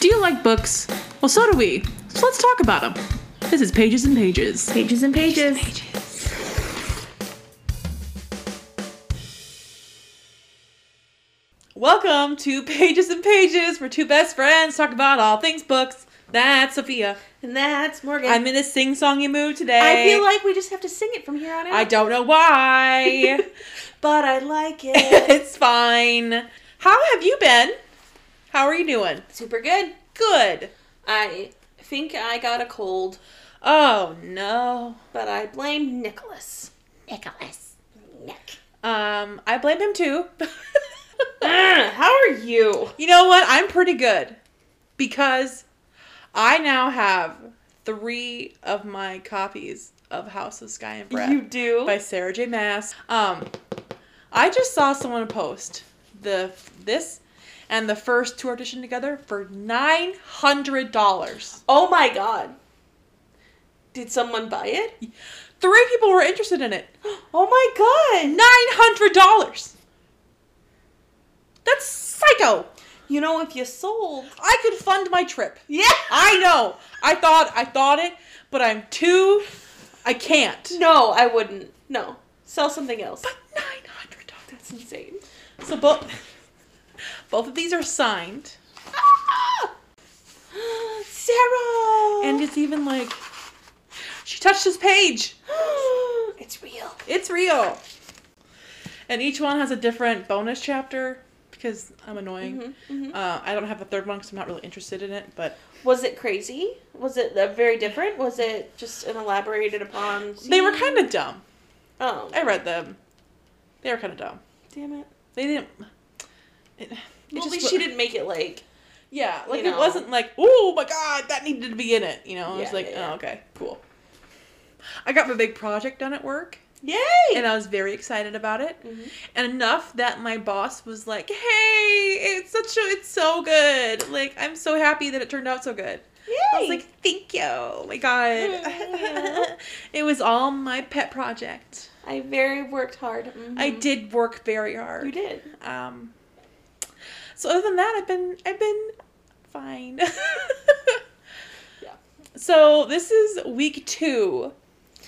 Do you like books? Well, so do we. So let's talk about them. This is Pages and Pages. Pages and pages. Welcome to Pages and Pages, where two best friends talk about all things books. That's Sophia. And that's Morgan. I'm in a sing-songy mood today. I feel like we just have to sing it from here on out. I don't know why. but I like it. it's fine. How have you been? How are you doing? Super good. Good. I think I got a cold, Oh no. but I blame Nicholas. Nicholas. Nick. Um, I blame him too. Ah, how are you? you know what? I'm pretty good because I now have three of my copies of House of Sky and Breath. You do? by Sarah J. Mass. Um, I just saw someone post the this and the first two audition together for nine hundred dollars. oh my god. Did someone buy it? Three people were interested in it. Oh my god. Nine hundred dollars. That's psycho. You know, if you sold. I could fund my trip. Yeah. I know. I thought I thought it, but I'm too. I can't. No, I wouldn't. No. Sell something else. But nine hundred dollars. That's insane. So both both of these are signed. Sarah! And it's even like she touched his page. it's real. It's real. And each one has a different bonus chapter because I'm annoying. Mm-hmm. Uh, I don't have the third one because I'm not really interested in it. But Was it crazy? Was it uh, very different? Was it just an elaborated upon? they were kind of dumb. Oh, I read them. They were kind of dumb. damn it! They didn't. It, it Well, at just least wa- she didn't make it like Yeah, like you it know. wasn't like oh my god that needed to be in it. You know, I was Yeah, like yeah, yeah. oh okay cool. I got my big project done at work. yay. and I was very excited about it. Mhm. And enough that my boss was like, "Hey, it's such a, it's so good. Like, I'm so happy that it turned out so good." yay! I was like, "Thank you. Oh my god. Yeah. it was all my pet project. I very worked hard. Mhm. I did work very hard. You did. Um So other than that, I've been I've been fine. Yeah. So this is week 2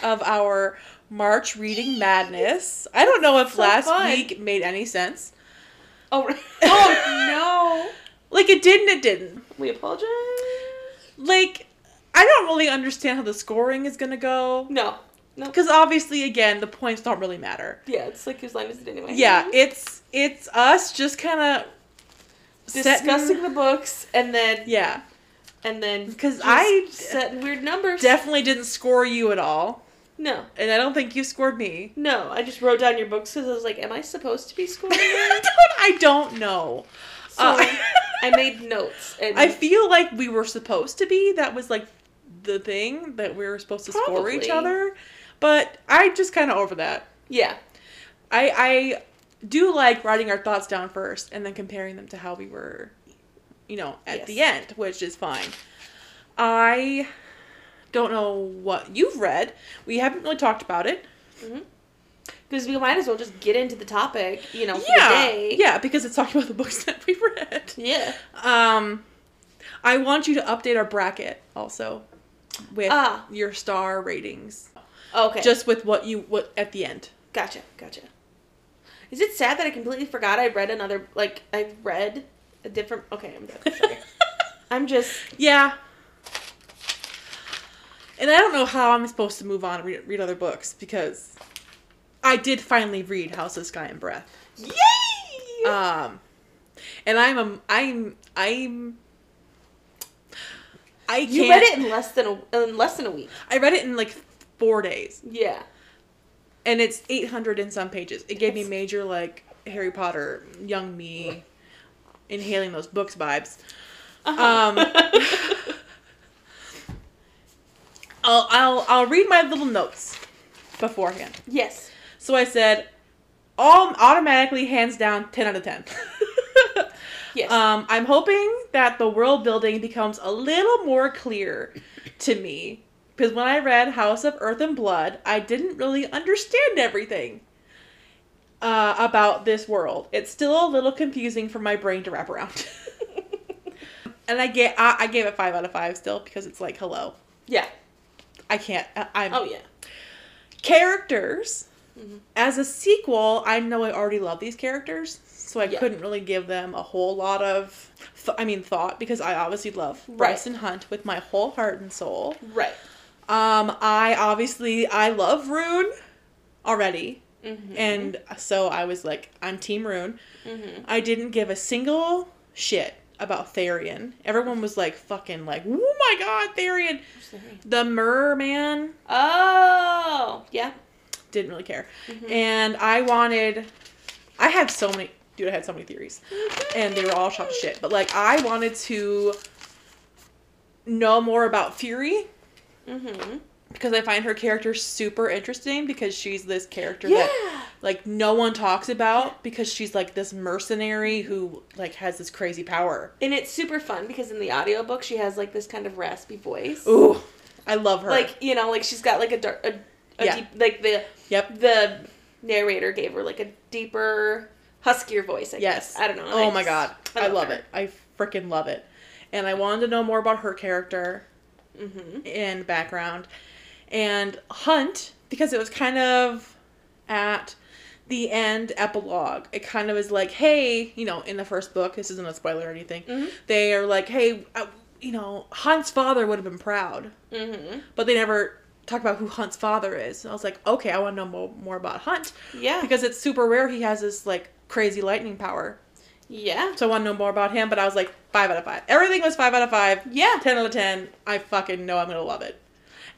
of our March reading madness. I don't know if So last fun. week made any sense. Oh, right. oh Like it did and it didn't. no! We apologize. Like I don't really understand how the scoring is going to go No, no. because obviously again, the points don't really matter. Yeah, it's like whose line is it anyway? Yeah, it's it's us just kind of discussing the books and then Yeah. and then 'Cause just I- set weird numbers. definitely didn't score you at all, no, and I don't think you scored me. no. I just wrote down your books because I was like, am I supposed to be scoring? I these? don't- I don't know. Uh, so I made notes and I feel like we were supposed to be. That was like the thing that we were supposed to score each Probably. other. But I just kind of over that. yeah. I I do like writing our thoughts down first and then comparing them to how we were, you know, at Yes. the end, which is fine. I don't know what you've read. We haven't really talked about it. Because mm-hmm. we might as well just get into the topic, you know, for yeah, the day. yeah, because it's talking about the books that we read. Yeah. Um, I want you to update our bracket also with Ah. your star ratings, Okay. Just just with what you what at the end. gotcha, gotcha. Is it sad that I completely forgot I read another like I read a different okay, I'm done. Sorry. I'm just yeah. And I don't know how I'm supposed to move on and read, read other books because I did finally read House of Sky and Breath. Yay! Uh, Um, and I'm a, I'm I'm I can't. you read it in less than a in less than a week. I read it in like four days. Yeah. and it's 800 and some pages. It gave me That's- major like Harry Potter, young me, inhaling those books vibes. Uh-huh. I'll I'll I'll read my little notes beforehand. yes. So I said, all automatically hands down 10 out of 10. Yes. Um, I'm hoping that the world building becomes a little more clear to me because when I read House of Earth and Blood, I didn't really understand everything uh, about this world. It's still a little confusing for my brain to wrap around. And I get I, I gave it five out of five still because it's like hello. Yeah. I can't. I, I'm Oh yeah. characters. Mhm. As a sequel, I know I already love these characters, so I Yeah. couldn't really give them a whole lot of, th- I mean, thought because I obviously love Right. Bryson Hunt with my whole heart and soul. Right. Um, I obviously I love Rune already, Mm-hmm. and so I was like, I'm Team Rune. hmm I didn't give a single shit about Therian. Everyone was like, fucking like, oh my god, Therian, the merman. Oh yeah. Didn't really care. Mhm. and I wanted. I had so many, dude. I had so many theories, and they were all shot to shit. But like, I wanted to know more about Fury Mm-hmm. because I find her character super interesting because she's this character Yeah. that like no one talks about because she's like this mercenary who like has this crazy power. And it's super fun because in the audiobook she has like this kind of raspy voice. Ooh, I love her. Like, you know, like she's got like a dark a, a Yeah. deep like the yep. the narrator gave her like a deeper huskier voice, I Yes. guess. I don't know. Oh I my just- god, I, love her. it. I freaking love it. And I wanted to know more about her character. Mhm. in background and hunt because it was kind of at the end epilogue it kind of is like hey you know in the first book this isn't a spoiler or anything Mhm. they are like hey uh, you know hunt's father would have been proud Mhm. but they never talk about who hunt's father is and i was like okay i want to know mo- more about hunt Yeah. because it's super rare he has this like crazy lightning power yeah. so i want to know more about him but i was like five out of five everything was five out of five Yeah. 10 out of 10. I fucking know I'm going to love it.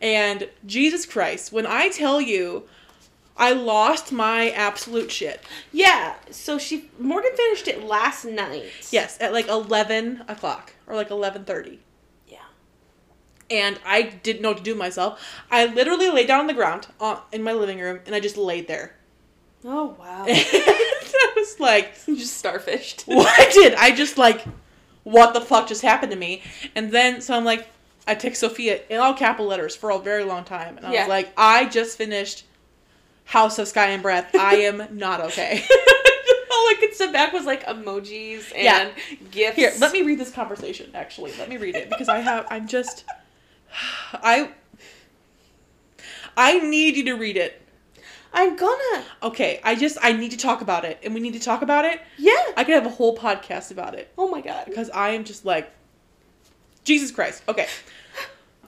And Jesus Christ, when I tell you I lost my absolute shit. Yeah. So she Morgan finished it last night. Yes, at like 11 o'clock or like 11.30. Yeah. And I didn't know what to do with myself. I literally lay down on the ground uh, in my living room and I just laid there. Oh wow. And I was like, you just starfished. what did I just like, what the fuck just happened to me? And then, so I'm like, I took Sophia in all capital letters for a very long time. And I Yeah. was like, I just finished House of Sky and Breath. I am not okay. All I could send back was like emojis and Yeah. gifts. Here, let me read this conversation, actually. Let me read it because I have, I'm just, I, I need you to read it. I'm gonna. Okay, I just, I need to talk about it. And we need to talk about it. Yeah. I could have a whole podcast about it. Oh my god. because I am just like, Jesus Christ. Okay.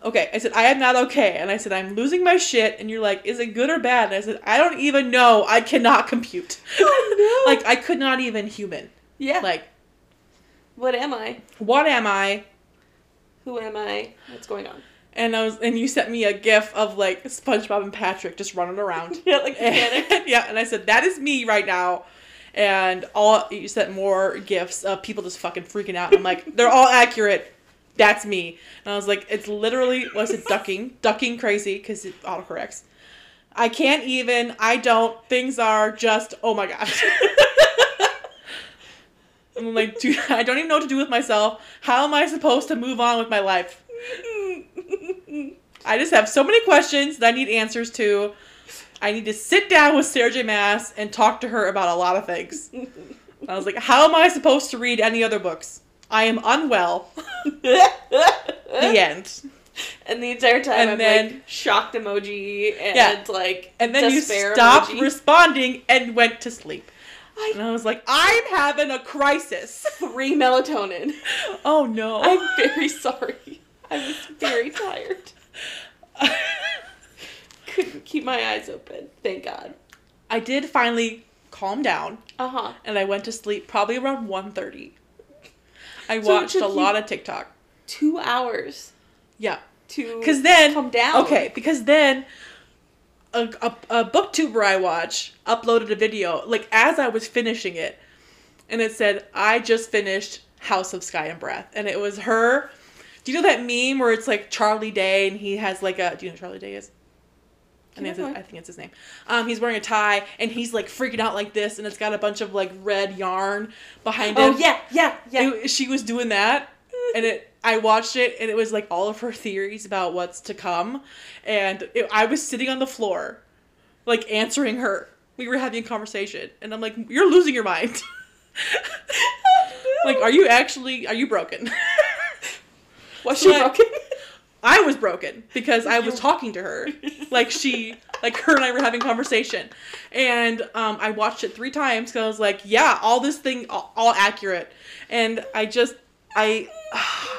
Okay. I said, I am not okay. And I said, I'm losing my shit. And you're like, is it good or bad? And I said, I don't even know. I cannot compute. Oh, no. like, I could not even human. Yeah. Like, what am I? what am I? Who am I? What's going on? And I was, and you sent me a gif of like SpongeBob and Patrick just running around. yeah, like panic. And- yeah, and I said that is me right now. And all you sent more gifts of people just fucking freaking out. And I'm like, they're all accurate. That's me. And I was like, it's literally was it ducking, ducking crazy because it autocorrects. I can't even. I don't. Things are just. Oh my gosh. I'm like, dude, I don't even know what to do with myself. How am I supposed to move on with my life? I just have so many questions that I need answers to. I need to sit down with Sarah J. Mass and talk to her about a lot of things. I was like, how am I supposed to read any other books? I am unwell. The end. And the entire time, And I'm then- like shocked emoji and Yeah. like And then you despair stopped emoji. responding and went to sleep. And I I was like, I'm having a crisis. three melatonin. Oh no. I'm very sorry. I was very tired. Couldn't keep my eyes open. Thank God. I did finally calm down Uh huh. and I went to sleep probably around 1.30. I it watched took a you- lot of TikTok. Two hours Yeah. to Because then calm down. Okay, because then a, a, a booktuber I watch uploaded a video, like as I was finishing it, and it said, I just finished House of Sky and Breath. And it was her. Do you know that meme where it's like Charlie Day and he has like a. Do you know who Charlie Day is? I think, it's his, Keep I think it's his name. Um, he's wearing a tie and he's like freaking out like this, and it's got a bunch of like red yarn behind him. Oh yeah, yeah, yeah. It- she was doing that and it i watched it and it was like all of her theories about what's to come and it, i was sitting on the floor like answering her we were having a conversation and i'm like you're losing your mind like are you actually are you broken Was So she I- broken? I was broken because I was talking to her. Like she, like her and I were having conversation, and um, I watched it three times because I was like, yeah, all this thing, all, all accurate, and I just, I,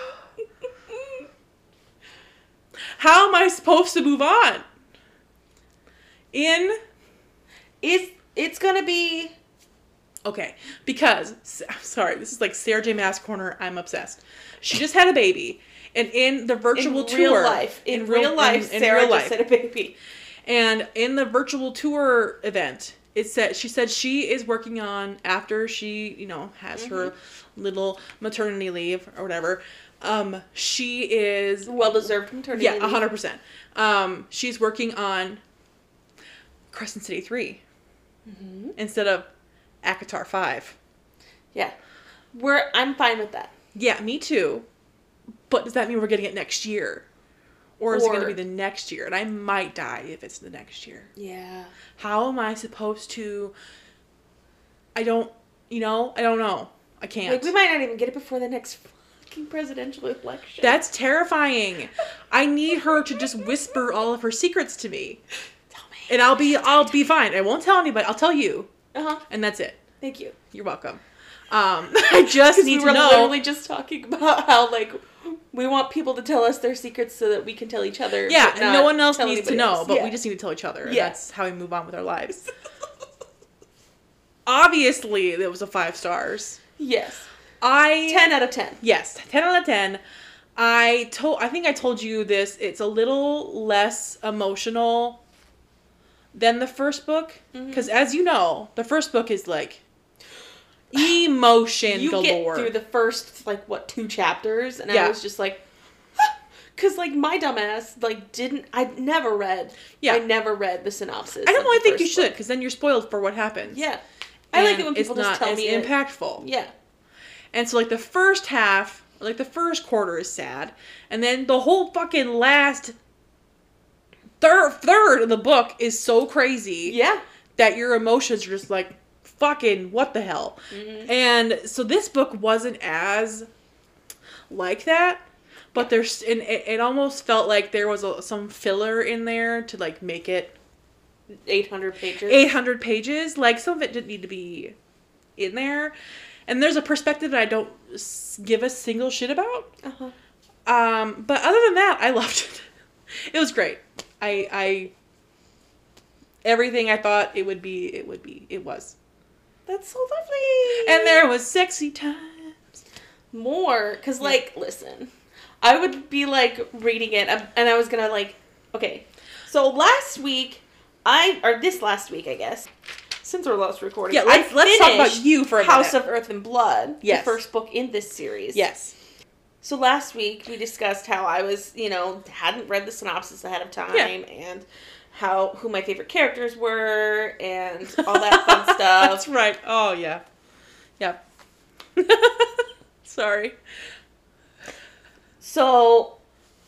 how am I supposed to move on? In it's it's gonna be Okay, because I'm sorry, this is like Sarah J. Mass corner. I'm obsessed. She just had a baby, and in the in virtual real tour, life. In, in real, in- life, in Sarah real just had a baby. and in the virtual tour event, it said she said she is working on after she you know has her Mm-hmm. little maternity leave or whatever. Um, she is Well deserved maternity. yeah, leave. a hundred percent. Um, she's working on Crescent City 3 Mm-hmm. instead of Akatar Five. Yeah, we're I'm fine with that. Yeah, me too. But does that mean we're getting it next year? Or is it going to be Or- the next year? And I might die if it's the next year. Yeah, How am I supposed to? I don't, you know, I don't know. I can't. like we might not even get it before the next fucking presidential election. That's terrifying. I need her to just whisper all of her secrets to me, tell me. and I'll be I'll be fine. I won't tell anybody. I'll tell you, Uh huh. and that's it. Thank you. You're welcome. Um, I just 'Cause need we were to know. literally just talking about how like we want people to tell us their secrets so that we can tell each other. yeah, but and no not one else tell needs to anybody know, else. but Yeah. we just need to tell each other. and Yeah. That's how we move on with our lives. obviously it was a five stars. yes, I ten out of ten. yes, ten out of ten. I told I think I told you this. It's a little less emotional than the first book Mm-hmm. because, as you know, the first book is like emotion you galore. get through the first like what two chapters, and Yeah. I was just like, because like my dumbass like didn't I never read. Yeah. I never read the synopsis. I don't of really the think you first book. should because then you're spoiled for what happens. Yeah, I like And it when people it's just not tell as me. it. impactful. Yeah, And so like the first half, like the first quarter is sad, and then the whole fucking last third third of the book is so crazy yeah. that your emotions are just like fucking what the hell. And so this book wasn't as like that, but there's and it, it almost felt like there was a, some filler in there to like make it Eight hundred pages. 800 pages like some of it didn't need to be in there and there's a perspective that i don't s- give a single shit about Uh-huh. um but other than that i loved it it was great i i everything i thought it would be it would be it was That's so lovely. and there was sexy time more because like listen i would be like reading it um, and i was gonna like okay so last week i or this last week i guess since our last recording yeah I let's let's talk about finished you for a house minute of earth and blood Yes. the first book in this series yes so last week we discussed how i was you know hadn't read the synopsis ahead of time Yeah. and how who my favorite characters were and all that fun stuff that's right oh yeah yeah sorry So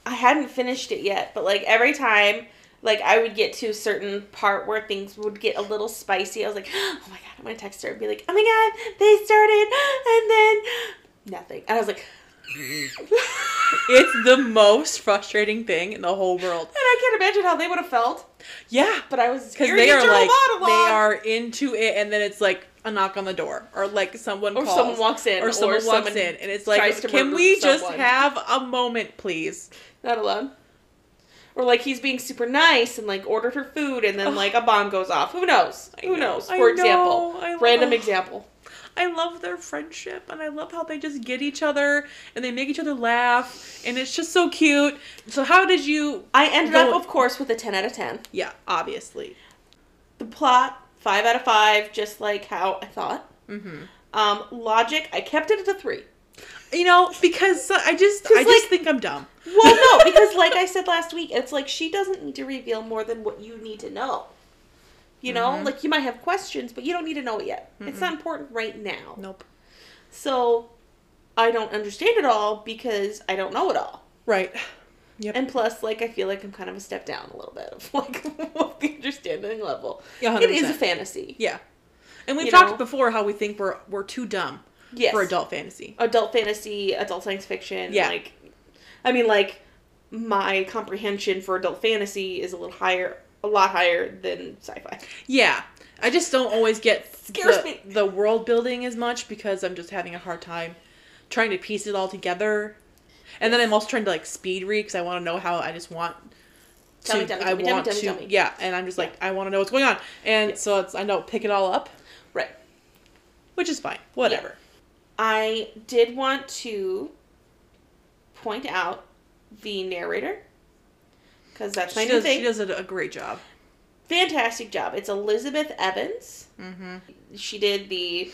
I hadn't finished it yet, but like every time like I would get to a certain part where things would get a little spicy, I was like, Oh my god, I'm gonna text her and be like, Oh my god, they started and then nothing. And I was like It's the most frustrating thing in the whole world. And I can't imagine how they would have felt, Yeah, but I was because hearing they the are internal like monologue. they are into it, and then it's like a knock on the door, or like someone or calls, someone walks in or someone walks in, and it's tries like, to can murder we just someone." have a moment, please? not alone. Or like he's being super nice and like ordered her food and then Ugh. like a bomb goes off. Who knows? Who know, knows? I For example. know, I lo- Random ugh. example. I love their friendship, and I love how they just get each other, and they make each other laugh, and it's just so cute. So how did you? I ended Go- up, of course, with a 10 out of 10. Yeah, obviously. The plot, 5 out of 5, just like how I thought. Mm-hmm. Um, logic, I kept it at a 3. You know, because I just, I 'Cause, just like- think I'm dumb. Well, no, because like I said last week, it's like she doesn't need to reveal more than what you need to know. You know, Mhm. like you might have questions, but you don't need to know it yet. It's Mm-mm. not important right now. Nope. So I don't understand it all because I don't know it all. Right. Yep. And plus, like, I feel like I'm kind of a step down a little bit of like of the understanding level. Yeah, It is a 100%. fantasy. Yeah. And we've You talked know? before how we think we're we're too dumb Yes. for adult fantasy. adult fantasy, adult science fiction, Yeah. like I mean, like my comprehension for adult fantasy is a little higher, a lot higher than sci-fi. Yeah. I just don't always get Scares the, me. the world building as much because I'm just having a hard time trying to piece it all together. And then I'm also trying to like speed read because I want to know how I just want to. Tell me, tell me, I tell me, tell me, want tell me, to. tell me. Yeah, and I'm just like I want to know what's going on, and Yeah. so it's I don't pick it all up, Right. which is fine. Whatever. I did want to point out the narrator because that's my She new does. She thing. does a, a great job. Fantastic job. It's Elizabeth Evans. Mm-hmm. she did the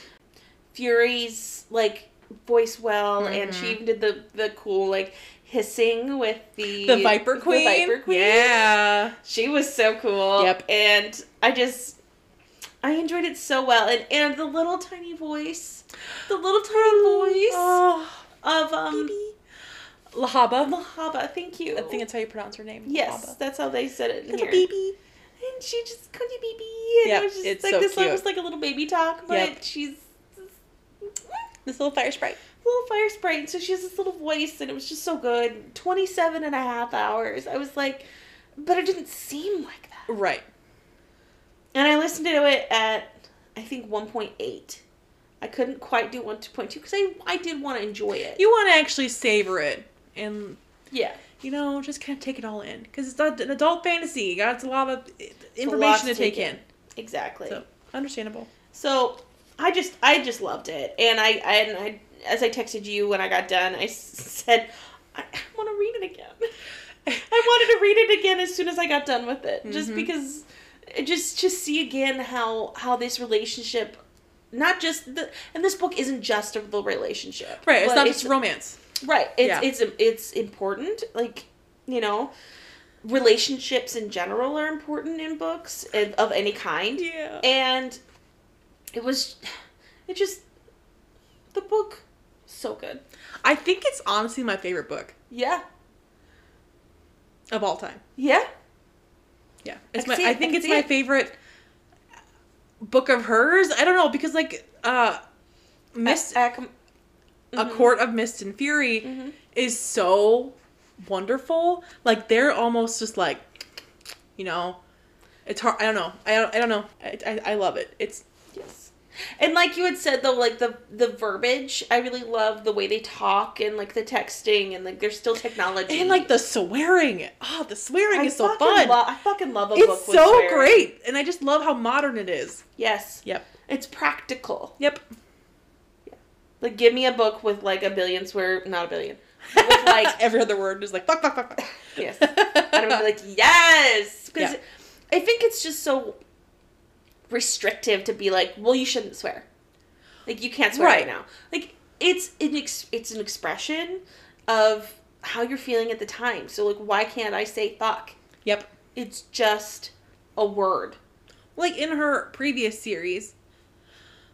Fury's like voice well, and Mm-hmm. she even did the the cool like hissing with the The Viper Queen. The Viper Queen. Yeah. she was so cool. Yep. and I just. I enjoyed it so well, and and the little tiny voice, the little Mm, tiny voice Oh, of um baby. Lahaba. Mahaba. Thank you. I think that's how you pronounce her name. yes, Lahaba. that's how they said it. in Little here. baby. and she just called you baby, and Yep, it was just it's like so this cute. was like a little baby talk, but Yep. she's. This little fire sprite. little fire sprite and so she has this little voice and it was just so good 27 and a half hours i was like but it didn't seem like that Right. and i listened to it at i think 1.8 i couldn't quite do 1.2 because I, I did want to enjoy it You want to actually savor it and yeah you know, just kind of take it all in because it's ad- an adult fantasy. You got a lot of i- a lot information to to take take in. exactly So understandable. So I just I just loved it, and I I- and I as I texted you when I got done, I s- said I, I want to read it again. I wanted to read it again as soon as I got done with it, just Mhm. because it just just see again how how this relationship. Not just the, and this book isn't just a the relationship, Right. It's but not just romance. right. It's yeah. it's it's important, like you know, relationships in general are important in books and of any kind, Yeah. and it was it just the book so good I think it's honestly my favorite book yeah of all time. yeah Yeah. It's can my, see it, I I think can it's see my it. favorite book of hers. I don't know because like uh Miss A Mm-hmm. Court of Mist and Fury Mhm. is so wonderful. Like they're almost just like, you know, it's hard. I don't know. I don't. I don't know. I, I, I love it. It's yes and like you had said though like the the verbiage i really love the way they talk and like the texting and like there's still technology and like the swearing. Oh, the swearing I is so fucking fun. lo- i fucking love a book it's with so swearing. great, and I just love how modern it is. yes Yep. it's practical Yep. like give me a book with like a billion swear not a billion with like every other word is like fuck, fuck, fuck, fuck. yes And I'm like, yes, because Yeah. I think it's just so restrictive to be like, well, you shouldn't swear. Like you can't swear Right. right, now. Like it's an ex- it's an expression of how you're feeling at the time. So like, why can't I say fuck? yep. It's just a word. like in her previous series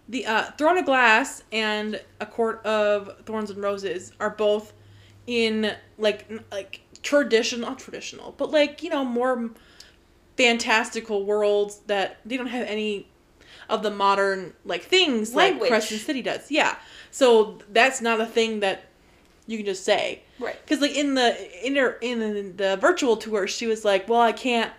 the uh, throne of glass and a court of thorns and roses are both in like n- like traditional not traditional but like you know more fantastical worlds that they don't have any of the modern like things like Language. crescent city does yeah so that's not a thing that you can just say Right. because like in the in her in the virtual tour she was like well i can't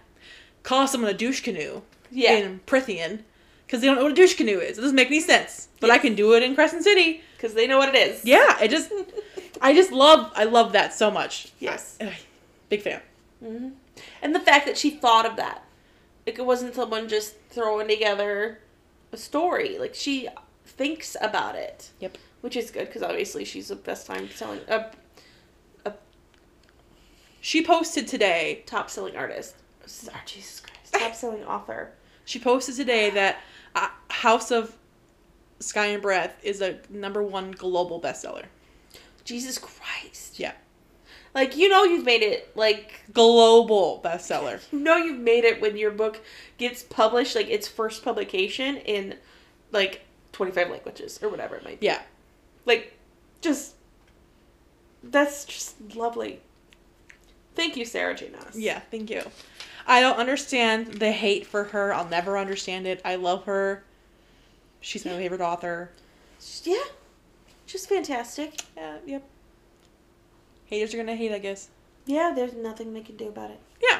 call someone a douche canoe Yeah. in Prithian because they don't know what a douche canoe is. It doesn't make any sense, but I Yes. can do it in Crescent City. Because they know what it is. Yeah, I just, I just love, I love that so much. Yes. Ugh, big fan. hmm And the fact that she thought of that, like it wasn't someone just throwing together a story. Like she thinks about it. Yep. Which is good because obviously she's the best time selling a She posted today. top selling artist. Oh, Jesus Christ, top selling author. She posted today that uh, House of Sky and Breath is a number one global bestseller. Jesus Christ. Yeah, Like you know you've made it. Like global bestseller. you know you've made it when your book gets published, like its first publication in like twenty five languages or whatever it might be. Yeah, Like, just that's just lovely. Thank you, Sarah J. Maas. yeah. Thank you. I don't understand the hate for her. I'll never understand it. I love her. She's my favorite author. Just- yeah, just fantastic. Yeah, yep. Haters are gonna hate, I guess. Yeah, there's nothing they can do about it. Yeah.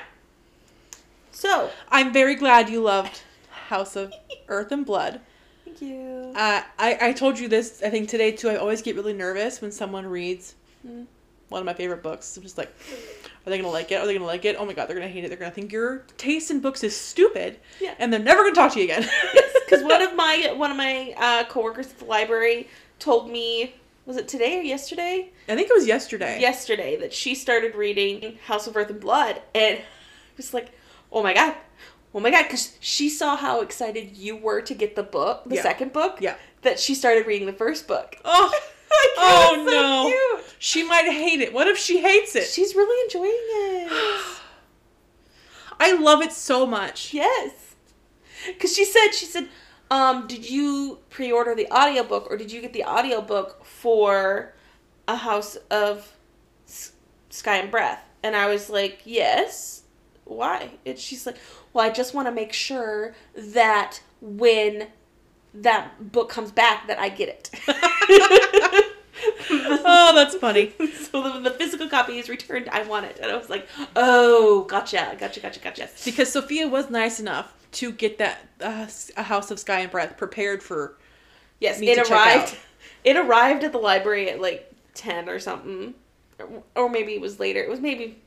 So, I'm very glad you loved House of Earth and Blood. thank you. Uh, I, I told you this, I think today too. I always get really nervous when someone reads Mm. one of my favorite books. I'm just like, are they gonna like it? Are they gonna like it? Oh my god, they're gonna hate it. They're gonna think your taste in books is stupid. Yeah. And they're never gonna talk to you again. Because one of my one of my uh, coworkers at the library told me was it today or yesterday? I think it was yesterday. Yesterday that she started reading House of Earth and Blood, and I was like, oh my god, oh my god, because she saw how excited you were to get the book, the Yeah. second book, Yeah. that she started reading the first book. Oh, Like, Oh, it was no. cute. she might hate it. What if she hates it? She's really enjoying it. I love it so much. yes. Cuz she said she said um did you pre-order the audiobook or did you get the audiobook for A House of S- Sky and Breath? And I was like, "Yes." Why? And she's like, "Well, I just want to make sure that when that book comes back that I get it." oh, that's funny. so the, the physical copy is returned. I want it. And I was like, oh, gotcha, gotcha, gotcha, gotcha. Because Sophia was nice enough to get that uh, a House of Sky and Breath prepared for. Yes, Need it to check arrived. out. It arrived at the library at like 10 or something. Or- Or maybe it was later. It was maybe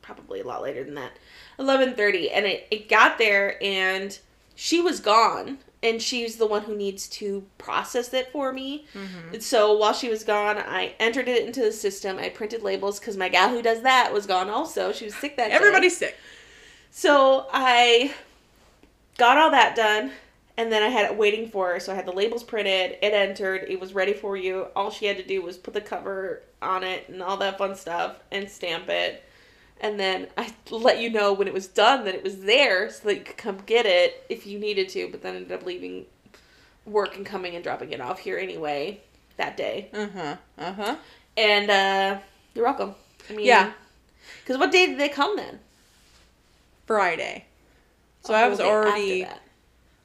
probably a lot later than that. 11:30 and it it got there and she was gone and she's the one who needs to process it for me. Mm-hmm. And So while she was gone, I entered it into the system. I printed labels cuz my gal who does that was gone also. She was sick that day. Everybody's sick. So I got all that done, and then I had it waiting for her. So I had the labels printed, it entered, it was ready for you. All she had to do was put the cover on it and all that fun stuff and stamp it. And then I let you know when it was done that it was there so that you could come get it if you needed to, but then ended up leaving work and coming and dropping it off here anyway that day. Uh huh. Uh huh. And uh, you're welcome. I mean, Yeah. Because what day did they come then? Friday. So A I whole was day after already that.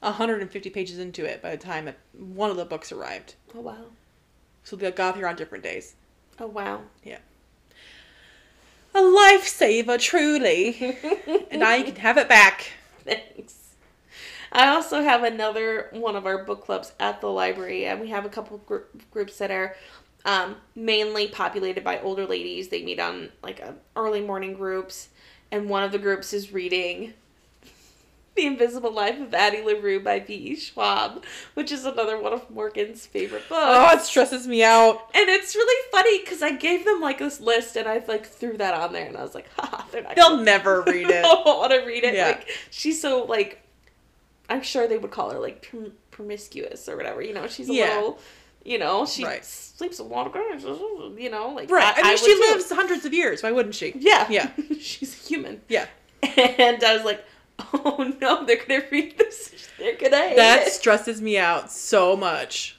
150 pages into it by the time that one of the books arrived. Oh, wow. So they got here on different days. Oh, wow. A lifesaver, truly. and now you can have it back. Thanks. I also have another one of our book clubs at the library, and we have a couple gr- groups that are um, mainly populated by older ladies. They meet on like uh, early morning groups, and one of the groups is reading The Invisible Life of Addie LaRue by V.E. Schwab, which is another one of Morgan's favorite books. Oh, it stresses me out. and it's really funny because I gave them like this list, and I like threw that on there, and I was like, "Ha, they're not." They'll gonna never read I it. don't want to read it. Yeah. Like she's so like, I'm sure they would call her like prom- promiscuous or whatever. You know, she's a Yeah. little, you know, she Right. sleeps with a lot of guys. You know, like Right. I, mean, would she too. lives hundreds of years. Why wouldn't she? Yeah, Yeah. she's a human. Yeah. And I was like, oh no, they're gonna read this. They're gonna hate That it. stresses me out so much.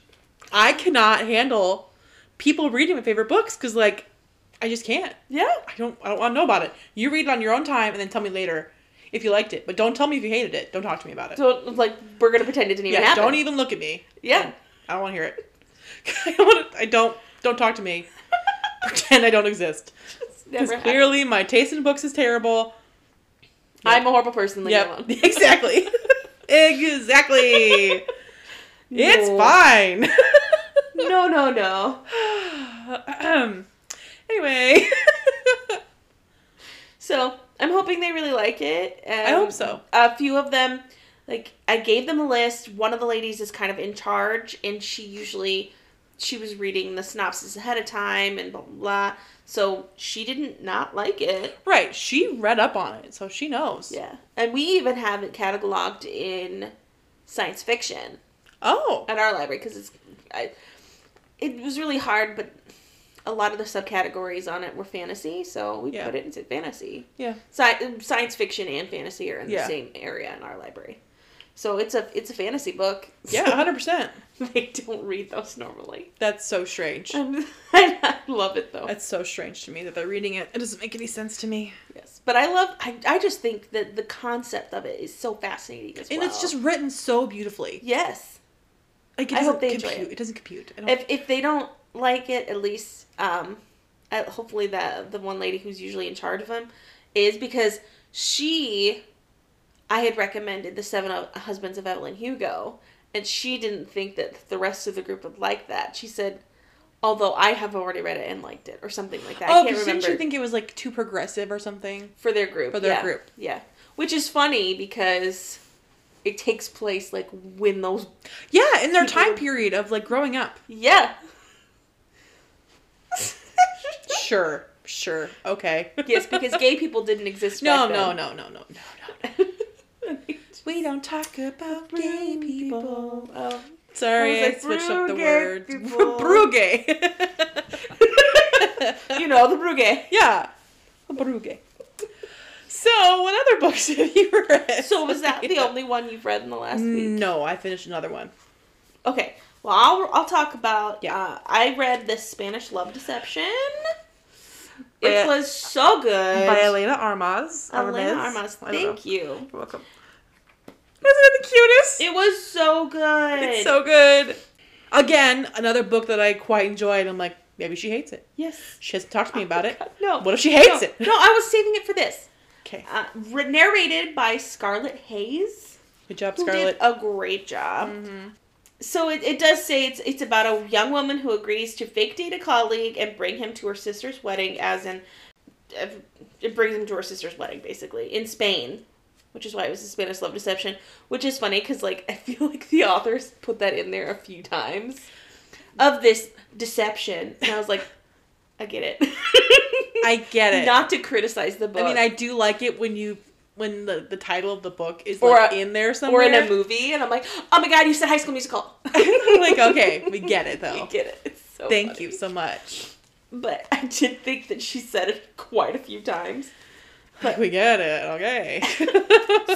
I cannot handle people reading my favorite books because, like, I just can't. Yeah. I don't. I don't want to know about it. You read it on your own time and then tell me later if you liked it. But don't tell me if you hated it. Don't talk to me about it. Don't like we're gonna pretend it didn't even yeah. happen. Don't even look at me. Yeah. I don't want to hear it. I don't. Wanna, I don't. Don't talk to me. Pretend I don't exist. It's never Because happened. clearly my taste in books is terrible. I'm a horrible person. Leave me Yep. alone. Exactly. exactly. It's No. fine. No, no, no. Ahem. anyway, So I'm hoping they really like it. And I hope so. A few of them, like I gave them a list. One of the ladies is kind of in charge, and she usually she was reading the synopsis ahead of time and blah blah. blah. So she didn't not like it. right? She read up on it, so she knows. Yeah, and we even have it cataloged in science fiction Oh, at our library because it's I, it was really hard, but a lot of the subcategories on it were fantasy, so we Yeah. put it into fantasy. yeah. Sci- science fiction and fantasy are in Yeah. the same area in our library. So it's a it's a fantasy book. Yeah, hundred percent. they don't read those normally. That's so strange. I'm, I love it though. That's so strange to me that they're reading it. It doesn't make any sense to me. Yes, but I love. I, I just think that the concept of it is so fascinating as And well. it's just written so beautifully. yes. Like it I doesn't hope they enjoy compute. it. It. doesn't compute. I don't, If if they don't like it, at least um, uh, hopefully the the one lady who's usually in charge of him is because she I had recommended the Seven Hus- Husbands of Evelyn Hugo, and she didn't think that the rest of the group would like that. She said, "Although I have already read it and liked it, or something like that." I oh, can't 'cause didn't remember you think it was like too progressive or something for their group. for their yeah. group? yeah, which is funny because it takes place like when those Yeah, in their People time were- period of like growing up. yeah. Sure, sure, okay. yes, because gay people didn't exist. no, back no, then. no, no, no, no, no. no, no. We don't talk about gay people. Um, Oh. Sorry, I I, was like, switched up the "Brew gay words. people." Brugay. You know, the Brugge. yeah, Brugay. So, what other books have you read? So was that the only one you've read in the last week? No, I finished another one. Okay. Well, I'll, I'll talk about. Yeah. Uh, I read The Spanish Love Deception. It Yeah. was so good. By Elena Armas. Elena Armas. Thank you. You're welcome. Isn't it the cutest? It was so good. It's so good. Again, another book that I quite enjoyed. I'm like, maybe she hates it. Yes. She hasn't talked to me about it. No. What if she hates Oh, no, it? No, I was saving it for this. Okay. Uh, re- narrated by Scarlett Hayes, Good job, who Scarlett. did Oh, a great job. Mm-hmm. So it, it does say it's it's about a young woman who agrees to fake date a colleague and bring him to her sister's wedding, as in uh, it brings him to her sister's wedding, basically in Spain, which is why it was the Spanish love deception. Which is funny because like I feel like the authors put that in there a few times of this deception, and I was like, I get it. I get it. Not to criticize the book. I mean, I do like it when you when the, the title of the book is Or like, a- in there somewhere. or in a movie, and I'm like, oh my god, you said High School Musical. like, okay, we get it though. We get it. It's so Thank funny. you so much. But I did think that she said it quite a few times. But- we get it. Okay.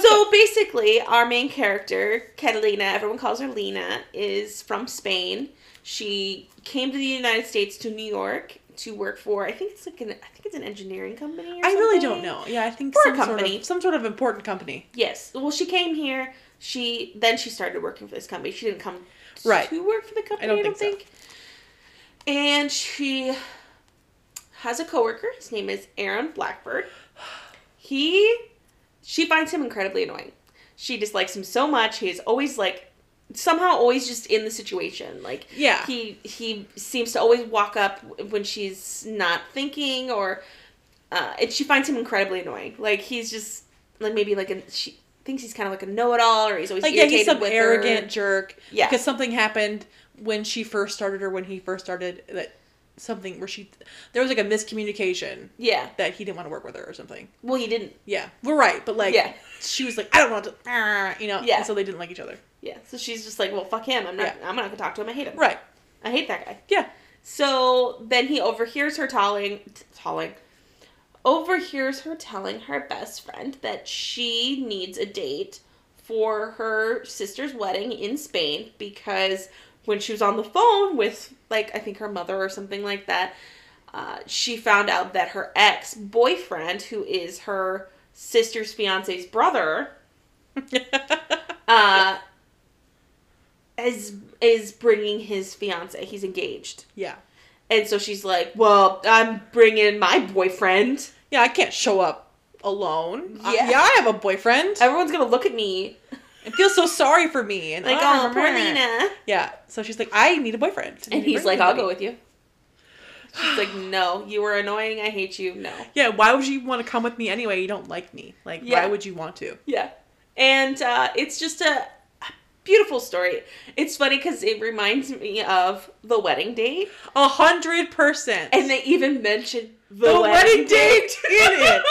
so basically, our main character, Catalina, everyone calls her Lena, is from Spain. She came to the United States to New York to work for I think it's like an I think it's an engineering company. Or I really something. don't know. Yeah, I think Or a some sort company. of some sort of important company. Yes. Well, she came here. She then she started working for this company. She didn't come Right. to work for the company. I don't, think. And she has a coworker. His name is Aaron Blackbird. He, she finds him incredibly annoying. She dislikes him so much. He is always like, somehow always just in the situation. Like Yeah. he he seems to always walk up when she's not thinking or uh, and she finds him incredibly annoying like he's just like maybe like a she thinks he's kind of like a know-it-all or he's always like yeah, irritated he's some with her. arrogant jerk. Yeah. because something happened when she first started or when he first started that something where she there was like a miscommunication yeah that he didn't want to work with her or something. well he didn't Yeah, we're right, but like yeah she was like I don't want to, ah," you know. Yeah. and so they didn't like each other. yeah so she's just like well fuck him i'm not i'm not gonna talk to him i hate him Right. i hate that guy Yeah. so then he overhears her telling telling overhears her telling her best friend that she needs a date for her sister's wedding in Spain because when she was on the phone with like I think her mother or something like that, uh, she found out that her ex boyfriend, who is her sister's fiance's brother, uh, is is bringing his fiance. He's engaged. yeah. And so she's like, "Well, I'm bringing my boyfriend. Yeah. I can't show up alone. Yeah. I, Yeah. yeah. I have a boyfriend. Everyone's gonna look at me I feel so sorry for me. And like, ah, oh, poor meh." Lena." Yeah. So she's like, I need a boyfriend. And he's like, "I'll go with you." She's like, "No, you were annoying. I hate you. No." Yeah. Why would you want to come with me anyway? You don't like me. Like, Yeah. why would you want to? Yeah, and uh, it's just a beautiful story. It's funny because it reminds me of the wedding date, A hundred percent. and they even mention the, The wedding date in it.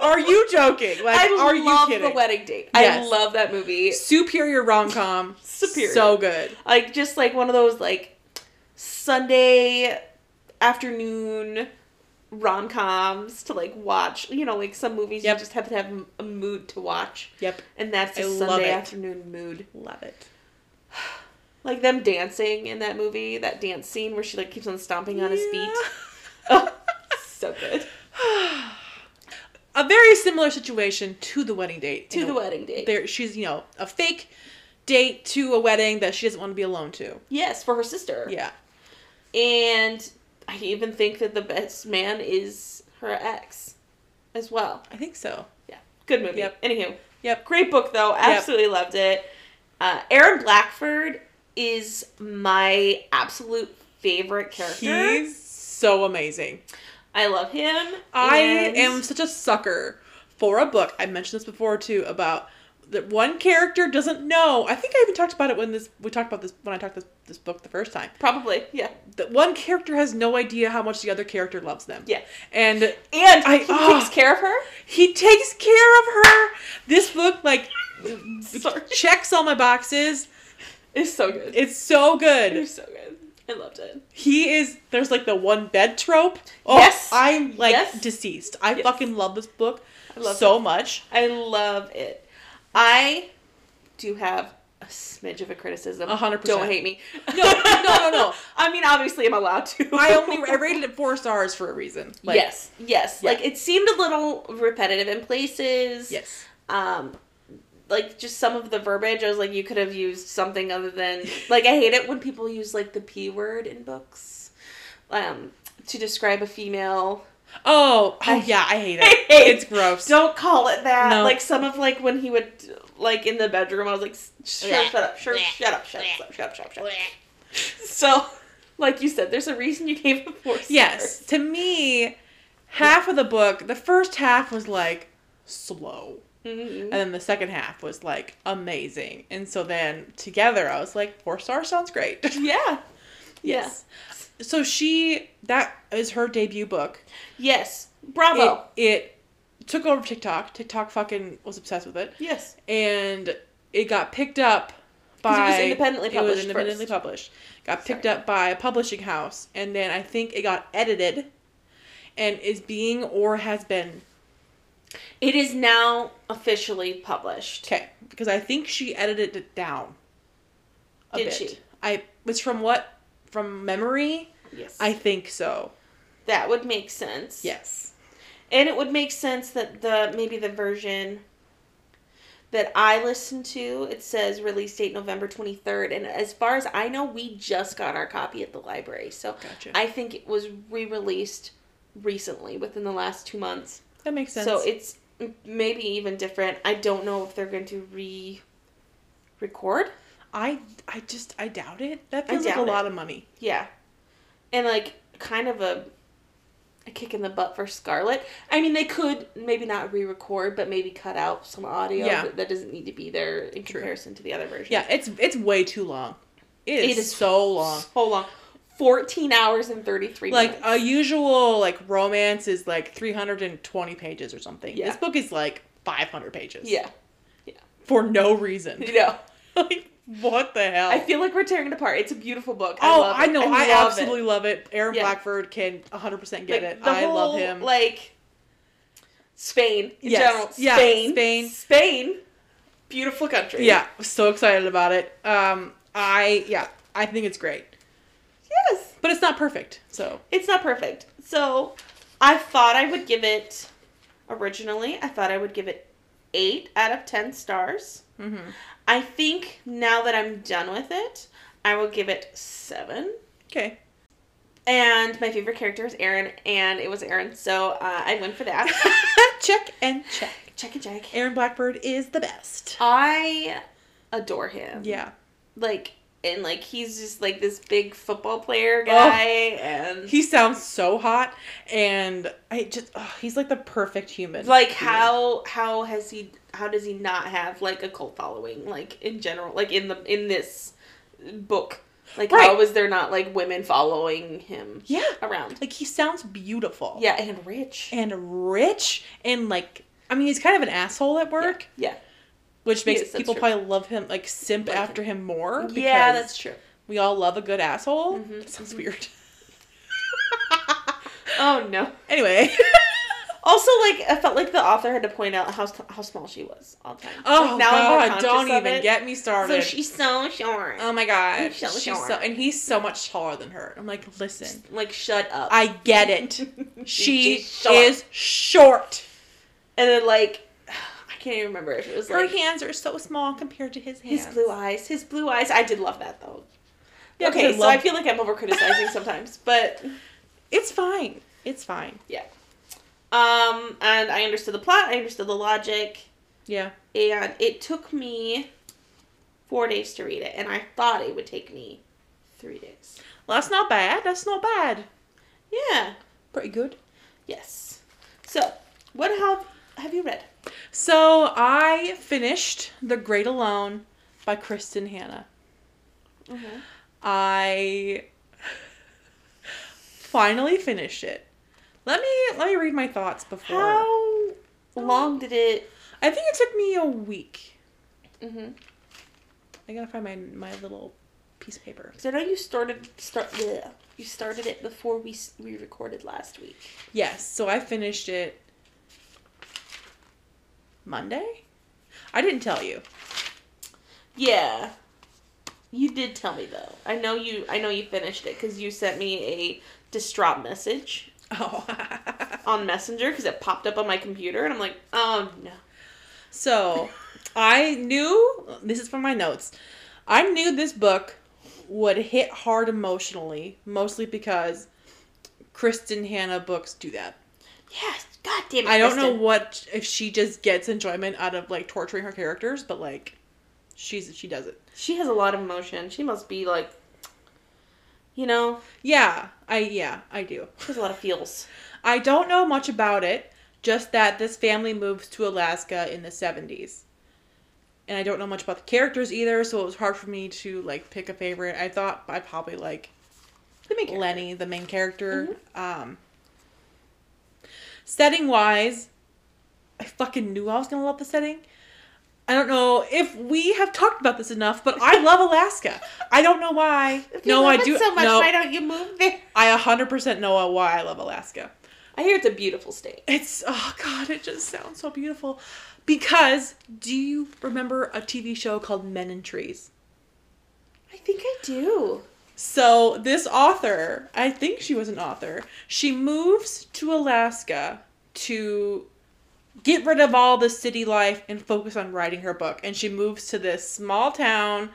Are you joking? Like, I are love you kidding? the wedding date. I Yes. love that movie. Superior rom com. Superior. So good. like just like one of those like Sunday afternoon rom coms to like watch. You know, like some movies Yep. you just have to have a mood to watch, Yep. and that's a I love Sunday it. afternoon mood. Love it. Like them dancing in that movie, that dance scene where she like keeps on stomping on his feet. Yeah. Oh, so good a very similar situation to the wedding date. to in a- the wedding date. There, she's you know a fake date to a wedding that she doesn't want to be alone to. yes, for her sister. Yeah. and I even think that the best man is her ex as well. I think so. Good movie. Yep. Anywho. Yep. Great book though. Absolutely loved it. Uh, Aaron Blackford is my absolute favorite character. He's so amazing. I love him. I and- am such a sucker for a book. I mentioned this before too about that one character doesn't know. I think I even talked about it when this we talked about this when I talked this this book the first time. probably yeah That one character has no idea how much the other character loves them. yeah. And And I- he ah. takes care of her. he takes care of her. This book like Sorry. checks all my boxes. It's so good. It's so good. It's so good. I loved it. He is there's like the one bed trope. Oh, Yes. I'm like Yes. deceased. I Yes. fucking love this book I love so much. I love it. I do have a smidge of a criticism. A hundred Don't percent. hate me. No, no, no, no. I mean, obviously, I'm allowed to. I only I rated it four stars for a reason. Like, yes, yes. Yeah. Like it seemed a little repetitive in places. Yes. Um, like just some of the verbiage, I was like, you could have used something other than like I hate it when people use like the p word in books, um, to describe a female. Oh, oh I- yeah, I hate it. I hate- It's gross. Don't call it that. No. Like some of like when he would like in the bedroom, I was like, shut, Blech. shut up, sure, Blech. shut up, shut up, Blech. shut up, shut up, shut up, shut up. Blech. So, like you said, there's a reason you gave it four stars. yes. To me, half of the book, the first half was like slow. Mhm. And then the second half was like amazing. And so then together I was like, four stars sounds great. Yeah. Yeah. yes. So she that is her debut book. Yes. Bravo. It, it took over TikTok. TikTok fucking was obsessed with it. yes. and it got picked up 'Cause it by was independently it was published independently first. published. Got picked Sorry. up by a publishing house, and then I think it got edited, and is being or has been It is now officially published. okay because I think she edited it down. A Did bit. she? I was from what from memory. Yes. I think so. that would make sense. Yes. And it would make sense that the maybe the version that I listened to, it says release date November 23rd. And as far as I know, we just got our copy at the library. So Gotcha. I think it was re released recently within the last two months. that makes sense. So it's m- maybe even different. I don't know if they're going to re record. I I just I doubt it. That I feels like a doubt it. lot of money. Yeah. And like kind of a a kick in the butt for Scarlet. I mean, they could maybe not re-record, but maybe cut out some audio Yeah. that, that doesn't need to be there in True. comparison to the other version. Yeah, it's it's way too long. It is, It is so long. So long. 14 hours and 33 like uh, minutes. a usual like romance is like 320 pages or something Yeah. this book is like 500 pages yeah. for no reason You know, like what the hell I feel like we're tearing it apart. It's a beautiful book. I oh love i it. know i, love it. absolutely love it aaron Yeah. blackford can 100% get Like, it the i love whole, him Like Spain in Yes. general. Yeah, Spain. Spain. Spain. Beautiful country. yeah so excited about it um i yeah i think it's great Yes. but it's not perfect so It's not perfect. So I thought I would give it originally, I thought I would give it eight out of ten stars. mhm. I think now that I'm done with it, I will give it seven. okay And my favorite character is Aaron, and it was Aaron, so uh, I went for that. check and check check and check. aaron blackford is the best I adore him. yeah Like, and like, he's just like this big football player guy, and Oh, He sounds so hot, and I just oh, he's like the perfect human. like human. how how has he how does he not have like a cult following like in general like in the in this book like Right. how is there not like women following him yeah, around like he sounds beautiful. yeah and rich and rich and like I mean he's kind of an asshole at work, yeah which makes is, that's people true. probably love him like simp Like after him more. yeah because that's true we all love a good asshole. Mhm, That sounds weird. oh no anyway, also like i felt like the author had to point out how, how small she was all the time oh Like, I'm more god, conscious don't of even it. get me started. so she's so short oh my god, He's so she's short. so and he's so much taller than her. I'm like, listen, like shut up I get it. She She's short. is short. and then like i can't even remember if it was Her like hands are so small compared to his hands. His blue eyes. His blue eyes. I did love that though. Yeah, okay, because I so I love- feel like I'm over criticizing sometimes, but It's fine. It's fine. Yeah. Um, and I understood the plot, I understood the logic, Yeah. and it took me four days to read it, and I thought it would take me three days. Well, that's not bad. That's not bad. Yeah. Pretty good. Yes. So, what have have you read? So I finished The Great Alone by Kristen Hanna. Mm-hmm. I finally finished it. Let me let me read my thoughts before. How long did it? I think it took me a week. Mm-hmm. I gotta find my my little piece of paper. So I know you started start bleh. you started it before we s- we recorded last week. Yes, so I finished it Monday. I didn't tell you. Yeah. You did tell me though. I know you. I know you finished it because you sent me a distraught message Oh. on Messenger because it popped up on my computer and I'm like, oh no. so I knew this is from my notes. I knew this book would hit hard emotionally, mostly because Kristen Hanna books do that. Yes. God damn it. I don't know Kristen. what if she just gets enjoyment out of like torturing her characters, but like she's she does it. She has a lot of emotion. She must be like, you know, Yeah, I yeah, I do. she has a lot of feels. I don't know much about it, just that this family moves to Alaska in the 70s. And I don't know much about the characters either, so it was hard for me to like pick a favorite. I thought I'd probably like The main character. Mm-hmm. Lenny, the main character. Um setting wise, I fucking knew I was gonna love the setting. I don't know if we have talked about this enough, but I love Alaska. I don't know why. If you No, I love it do. So much. no, Why don't you move there? I 100% know why I love Alaska. I hear it's a beautiful state. It's oh god, it just sounds so beautiful. Because do you remember a TV show called Men in Trees? I think I do. So this author, I think she was an author, she moves to Alaska to get rid of all the city life and focus on writing her book. And she moves to this small town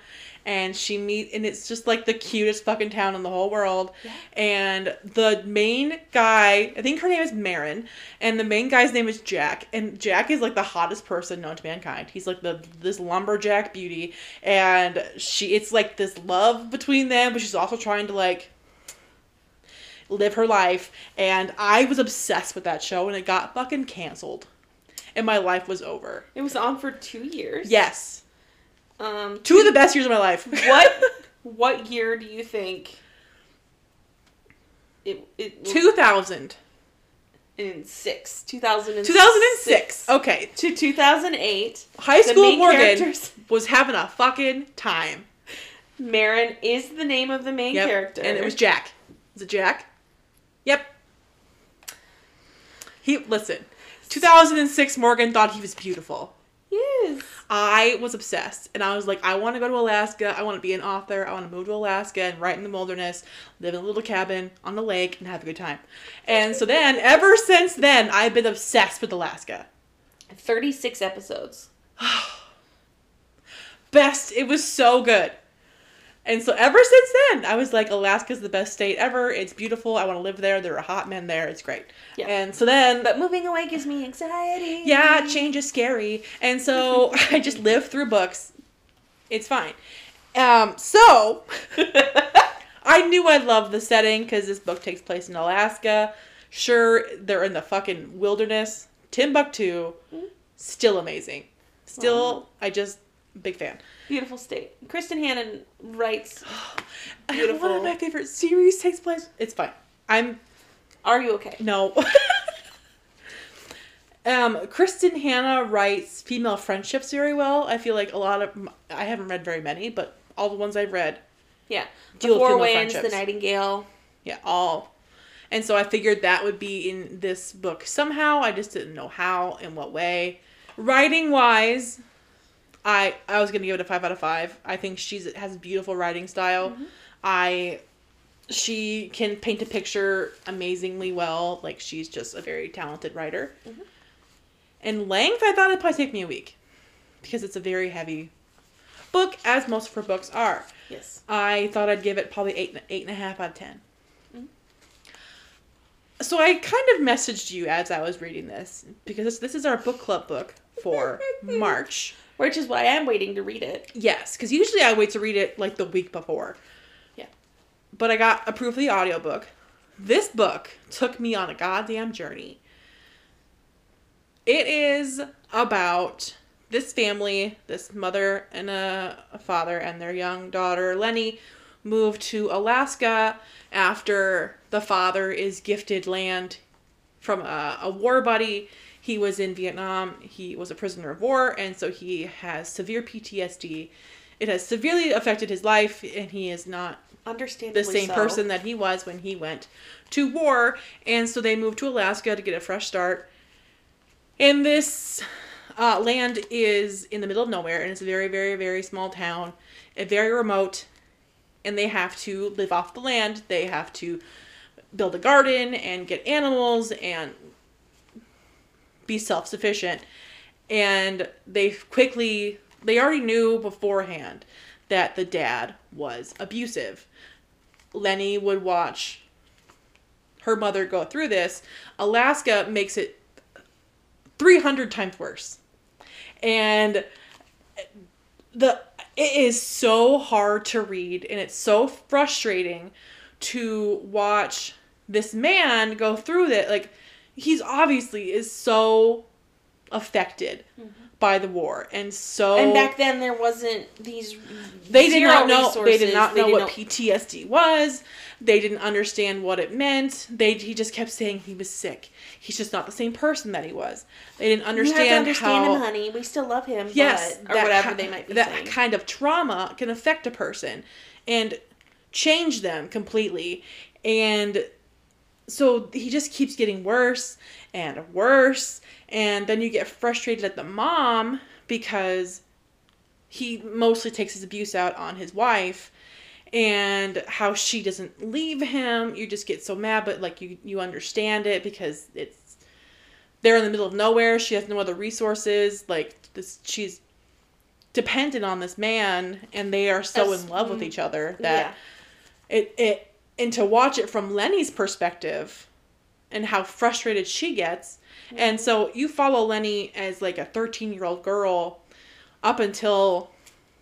and she meet and it's just like the cutest fucking town in the whole world. Yeah. And the main guy, I think her name is Marin, and the main guy's name is Jack. And Jack is like the hottest person known to mankind. He's like the this lumberjack beauty. And she it's like this love between them, but she's also trying to like live her life and i was obsessed with that show and it got fucking canceled and my life was over It was on for two years. yes Um. two of the best years of my life What? what year do you think? It. It. 2000 In six. Two thousand and 2006 okay to two thousand eight. high The school main morgan characters. was having a fucking time Marin is the name of the main Yep. character, and it was jack is it jack yep he listen 2006 morgan thought he was beautiful yes. I was obsessed and I was like, I want to go to Alaska. I want to be an author. I want to move to Alaska and write in the wilderness, live in a little cabin on the lake and have a good time. And so then, ever since then, I've been obsessed with Alaska. Thirty six episodes. Best. It was so good. And so ever since then, I was like, Alaska's the best state ever. It's beautiful. I want to live there. There are hot men there. It's great. Yeah. And so then, But moving away gives me anxiety. yeah, change is scary. And so I just live through books. It's fine. Um, so I knew I loved the setting because this book takes place in Alaska. Sure, they're in the fucking wilderness. Timbuktu, still amazing. Still, I just big fan. Beautiful state. Kristen Hannon writes. I don't know, One Beautiful. of my favorite series takes place. It's fine. I'm Are you okay? no. um, Kristen Hanna writes female friendships very well. I feel like a lot of I haven't read very many, but all the ones I've read Yeah. Deal with the Four female Winds, The friendships. Nightingale. Yeah, all. And so I figured that would be in this book somehow. I just didn't know how, in what way. Writing wise, I I was gonna give it a five out of five. I think she's has a beautiful writing style. I she can paint a picture amazingly well. Like she's just a very talented writer. And length, I thought it'd probably take me a week. Because it's a very heavy book, as most of her books are. Yes. I thought I'd give it probably eight, eight and a half out of 10 So I kind of messaged you as I was reading this because this, this is our book club book for March. Which is why I'm waiting to read it. Yes, because usually I wait to read it like the week before. Yeah. But I got approved for the audiobook. This book took me on a goddamn journey. It is about this family, this mother and a a father and their young daughter, Lenny, move to Alaska after the father is gifted land from a, a war buddy. He was in Vietnam, he was a prisoner of war, and so he has severe PTSD. It has severely affected his life, and he is not Understandably the same so. person that he was when he went to war. And so they moved to Alaska to get a fresh start. And this uh, land is in the middle of nowhere, and it's a very, very, very small town, and very remote. And they have to live off the land. They have to build a garden and get animals and be self sufficient. And they quickly, they already knew beforehand that the dad was abusive. Lenny would watch her mother go through this. Alaska makes it 300 times worse. And the it is so hard to read and it's so frustrating to watch this man go through that like he's obviously is so affected by the war and so Mm-hmm. And back then there wasn't these they did zero not know they did resources. not know didn't what PTSD was. They didn't understand what it meant. They he just kept saying he was sick. He's just not the same person that he was. They didn't You have to understand, understand how him, honey. We still love him. yes but, or whatever ki- they might be that saying. kind of trauma can affect a person and change them completely. And so he just keeps getting worse and worse and then you get frustrated at the mom because he mostly takes his abuse out on his wife and how she doesn't leave him you just get so mad but like you you understand it because it's they're in the middle of nowhere she has no other resources like this she's dependent on this man and they are so As- mm, in love with each other that yeah. it it and to watch it from Lenny's perspective and how frustrated she gets. And so you follow Lenny as like a 13-year-old girl up until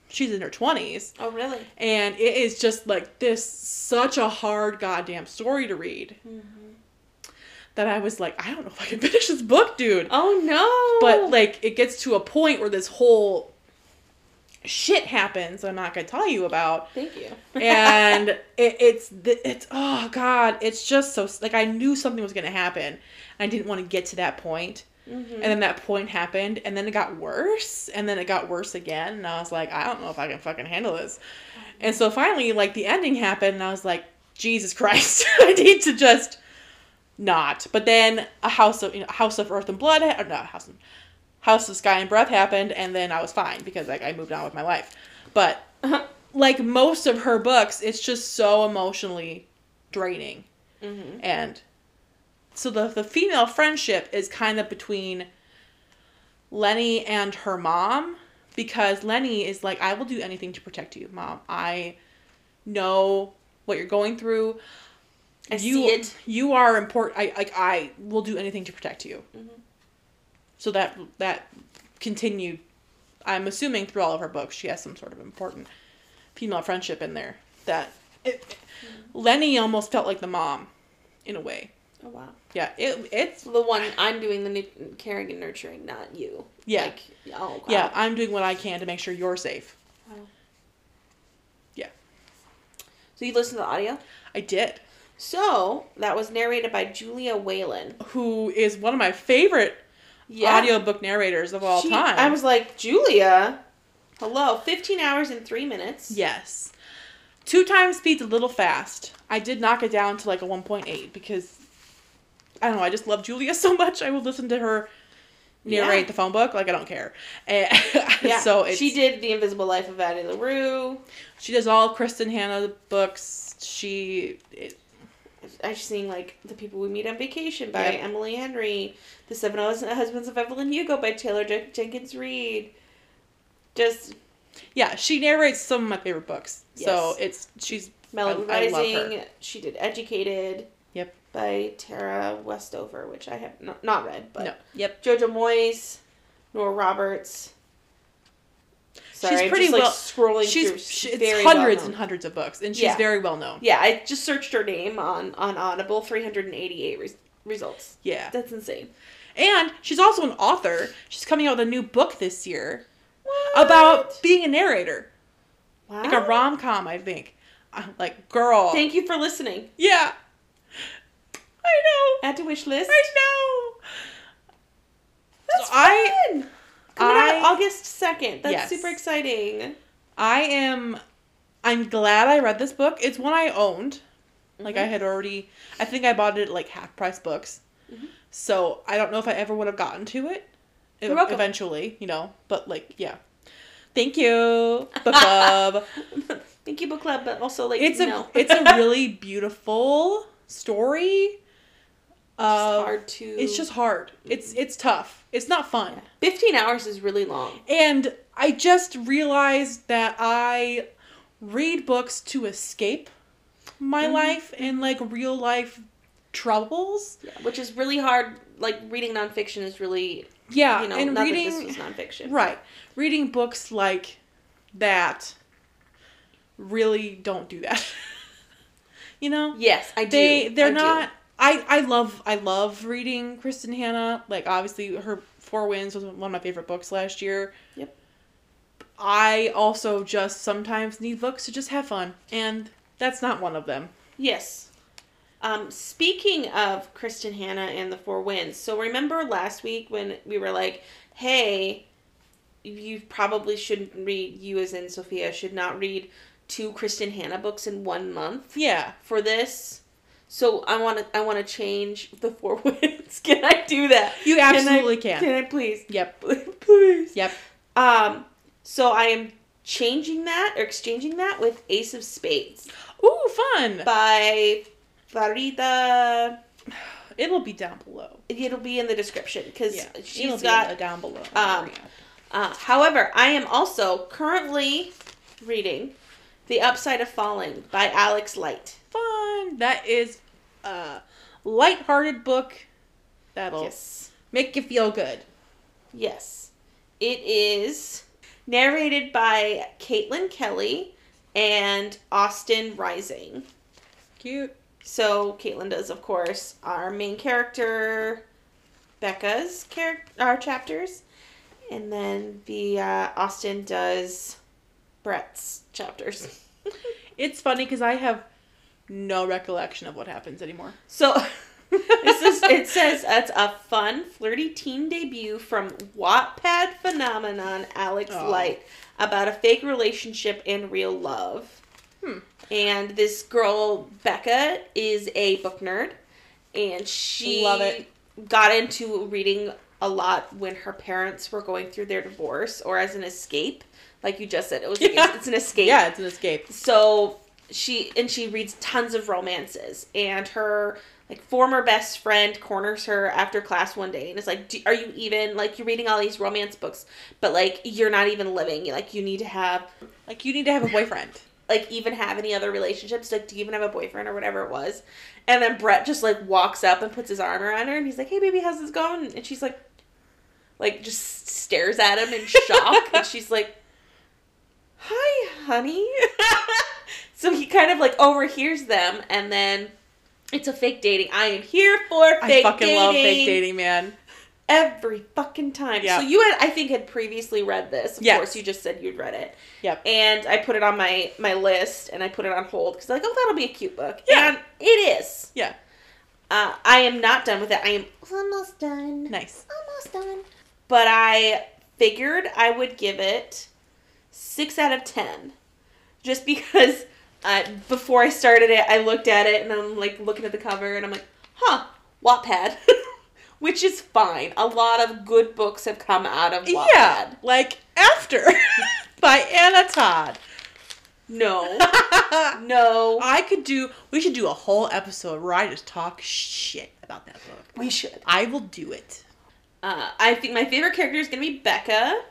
she's in her 20s Oh really? and it is just like this such a hard goddamn story to read that I was like I don't know if I can finish this book, dude. Oh no. But like it gets to a point where this whole shit happens I'm not going to tell you about thank you. and it, it's the- it's oh god it's just so like i knew something was going to happen i didn't want to get to that point and then that point happened and then it got worse and then it got worse again and i was like i don't know if i can fucking handle this and so finally like the ending happened and i was like jesus christ i need to just not but then a house of you know, house of earth and blood or no house of, house of sky and breath happened and then i was fine because like i moved on with my life but like most of her books, it's just so emotionally draining. Mhm. And so the the female friendship is kind of between Lenny and her mom because Lenny is like I will do anything to protect you, mom. I know what you're going through. I you see it. you are important. I like I will do anything to protect you. Mm-hmm. So that that continued I'm assuming through all of her books, she has some sort of important female friendship in there. That it, Lenny almost felt like the mom, in a way. Oh wow. Yeah, it it's The one I'm doing the nu- caring and nurturing, not you. yeah Like, oh wow. yeah. I'm doing what I can to make sure you're safe. Wow. Yeah. So you listen to the audio. I did. So that was narrated by Julia Whalen. Who is one of my favorite Yeah. audiobook narrators of all She- time? I was like Julia. Hello. Fifteen hours and three minutes. yes. Two times speed's a little fast. I did knock it down to like a 1.8 because I don't know. I just love Julia so much. I will listen to her narrate Yeah. the phone book like I don't care. And Yeah. so it's, she did the Invisible Life of Addie LaRue. She does all of Kristen Hanna books. She it, I'm seeing like the people we meet on vacation by Yep. Emily Henry, the Seven Husbands of Evelyn Hugo by Taylor Jen- Jenkins Reid. Just yeah, she narrates some of my favorite books. So Yes. it's she's Melody I- I love Rising. She did Educated. Yep. by Tara Westover, which I have not, not read, but no. Yep. Jojo Moyes, Nora Roberts. Sorry, She's I'm pretty just, like, well- scrolling through. She's she, She's it's very hundreds well-known. and hundreds of books, and she's Yeah. very well known. Yeah, I just searched her name on on Audible. Three hundred and eighty-eight res- results. Yeah, That's insane. and she's also an author. She's coming out with a new book this year about being a narrator, What? like a rom com, I think. I'm like, girl, Oh. Thank you for listening. yeah, I know, Add to wish list. I know. That's So I- fun. Coming I- out August second. That's Yes. super exciting. I am. I'm glad I read this book. It's one I owned. Like I Mhm. had already. I think I bought it at like half price books. Mhm. So I don't know if I ever would have gotten to it. e- You're welcome. Eventually, you know. But like, yeah. Thank you, book club. Thank you, book club, but also like it's a no. it's a really beautiful story. It's Uh, hard to. Mm-hmm. it's just hard. It's it's tough. It's not fun. fifteen hours is really long. And I just realized that I read books to escape my Mhm. life and like real life troubles. Yeah, which is really hard. Like reading nonfiction is really Yeah, you know and not reading that this was nonfiction. right, reading books like that really don't do that. you know, Yes, I do. they they're I do. not. I I love I love reading Kristen Hanna. Like obviously her Four Winds was one of my favorite books last year. Yep. I also just sometimes need books to just have fun, and that's not one of them. Yes. Um, speaking of Kristen Hanna and the Four Winds, so remember last week when we were like, hey, you probably shouldn't read, you as in Sophia, should not read two Kristen Hanna books in one month Yeah. for this. So I want to I want to change the four winds. Can I do that? You Can I- absolutely can. Can I please? Yep. please. Yep. Um. So I am changing that or exchanging that with Ace of Spades Ooh, fun. by Farida. It'll be down below. It'll be in the description because Yeah. It'll she's be got. in the down below. um, area. Uh, however, I am also currently reading "The Upside of Falling" by Alex Light. fun. That is a light-hearted book that'll Yes. make you feel good. Yes. It is narrated by Caitlin Kelly and Austin Rising. Cute. So Caitlin does, of course, our main character, Becca's character, our chapters, and then the uh, Austin does Brett's chapters. It's funny because I have no recollection of what happens anymore. So this is it says it's a fun, flirty teen debut from Wattpad phenomenon Alex Oh. Light about a fake relationship and real love. Hmm. And this girl Becca is a book nerd, and she Love it. got into reading a lot when her parents were going through their divorce or as an escape. Like you just said, it was like, Yeah. it's, it's an escape Yeah, it's an escape. so she and she reads tons of romances and her like former best friend corners her after class one day and is like D- are you even like you're reading all these romance books but like you're not even living like you need to have Like you need to have a boyfriend. like even have any other relationships like do you even have a boyfriend or whatever it was and then brett just like walks up and puts his arm around her and he's like hey baby how's this going and she's like like just stares at him in shock and she's like hi honey so he kind of like overhears them and then it's a fake dating i am here for fake I fucking love fake dating, man. every fucking time Yeah. so you had i think had previously read this of Yes. course you just said you'd read it Yep. and I put it on my my list and I put it on hold because like oh that'll be a cute book Yeah. and it is Yeah. uh, I am not done with it I am almost done Nice. almost done but I figured I would give it six out of ten just because uh, before I started it I looked at it and I'm like looking at the cover and I'm like huh Wattpad which is fine a lot of good books have come out of Wattpad Yeah. Like after by Anna Todd. no no I could do. We should do a whole episode where I just talk shit about that book. we should I will do it. Uh, I think my favorite character is gonna be Becca.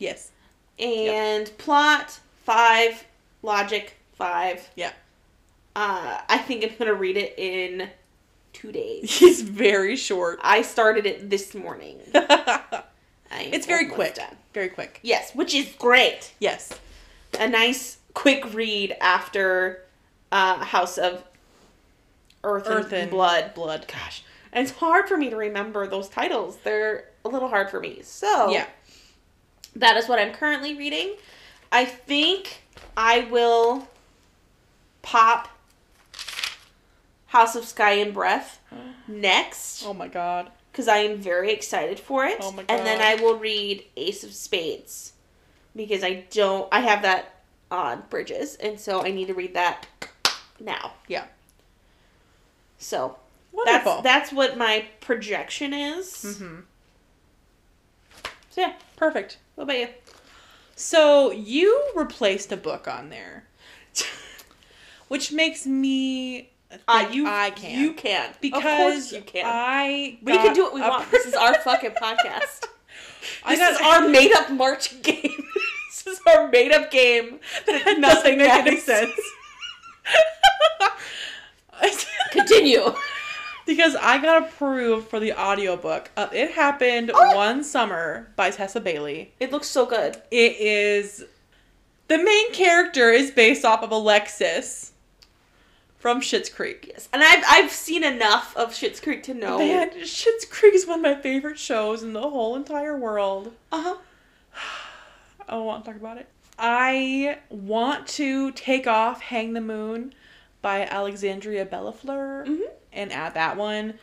Yes. And plot five, logic five. Yeah. Uh, I think I'm gonna read it in two days. He's very short. I started it this morning. it's I am very almost quick. done. Very quick. Yes, which is great. Yes. A nice quick read after uh, House of Earth, Earth and and Blood. Blood. Gosh, and it's hard for me to remember those titles. They're a little hard for me. So Yeah. that is what I'm currently reading. I think I will pop House of Sky and Breath next Oh my god. because I am very excited for it. Oh my And then I God. will read Ace of Spades because I don't. I have that on Bridges, and so I need to read that now. Yeah. So Wonderful. that's that's what my projection is. hmm So yeah, Perfect. what about you? So you replaced a book on there, which makes me. Think I can. You can because of course you can. I we can got do what we a want. per- This is our fucking podcast. I This got is our made up March game. this is our made up game. that had nothing make any matters. sense. Continue. because I got approved for the audiobook of It Happened Oh. One Summer by Tessa Bailey. It looks so good. It is the main character is based off of Alexis from Schitt's Creek. Yes, and I've I've seen enough of Schitt's Creek to know. Man, Schitt's Creek is one of my favorite shows in the whole entire world. Uh huh. I don't want to talk about it. I want to take off Hang the Moon by Alexandria Bellafleur hmm and add that one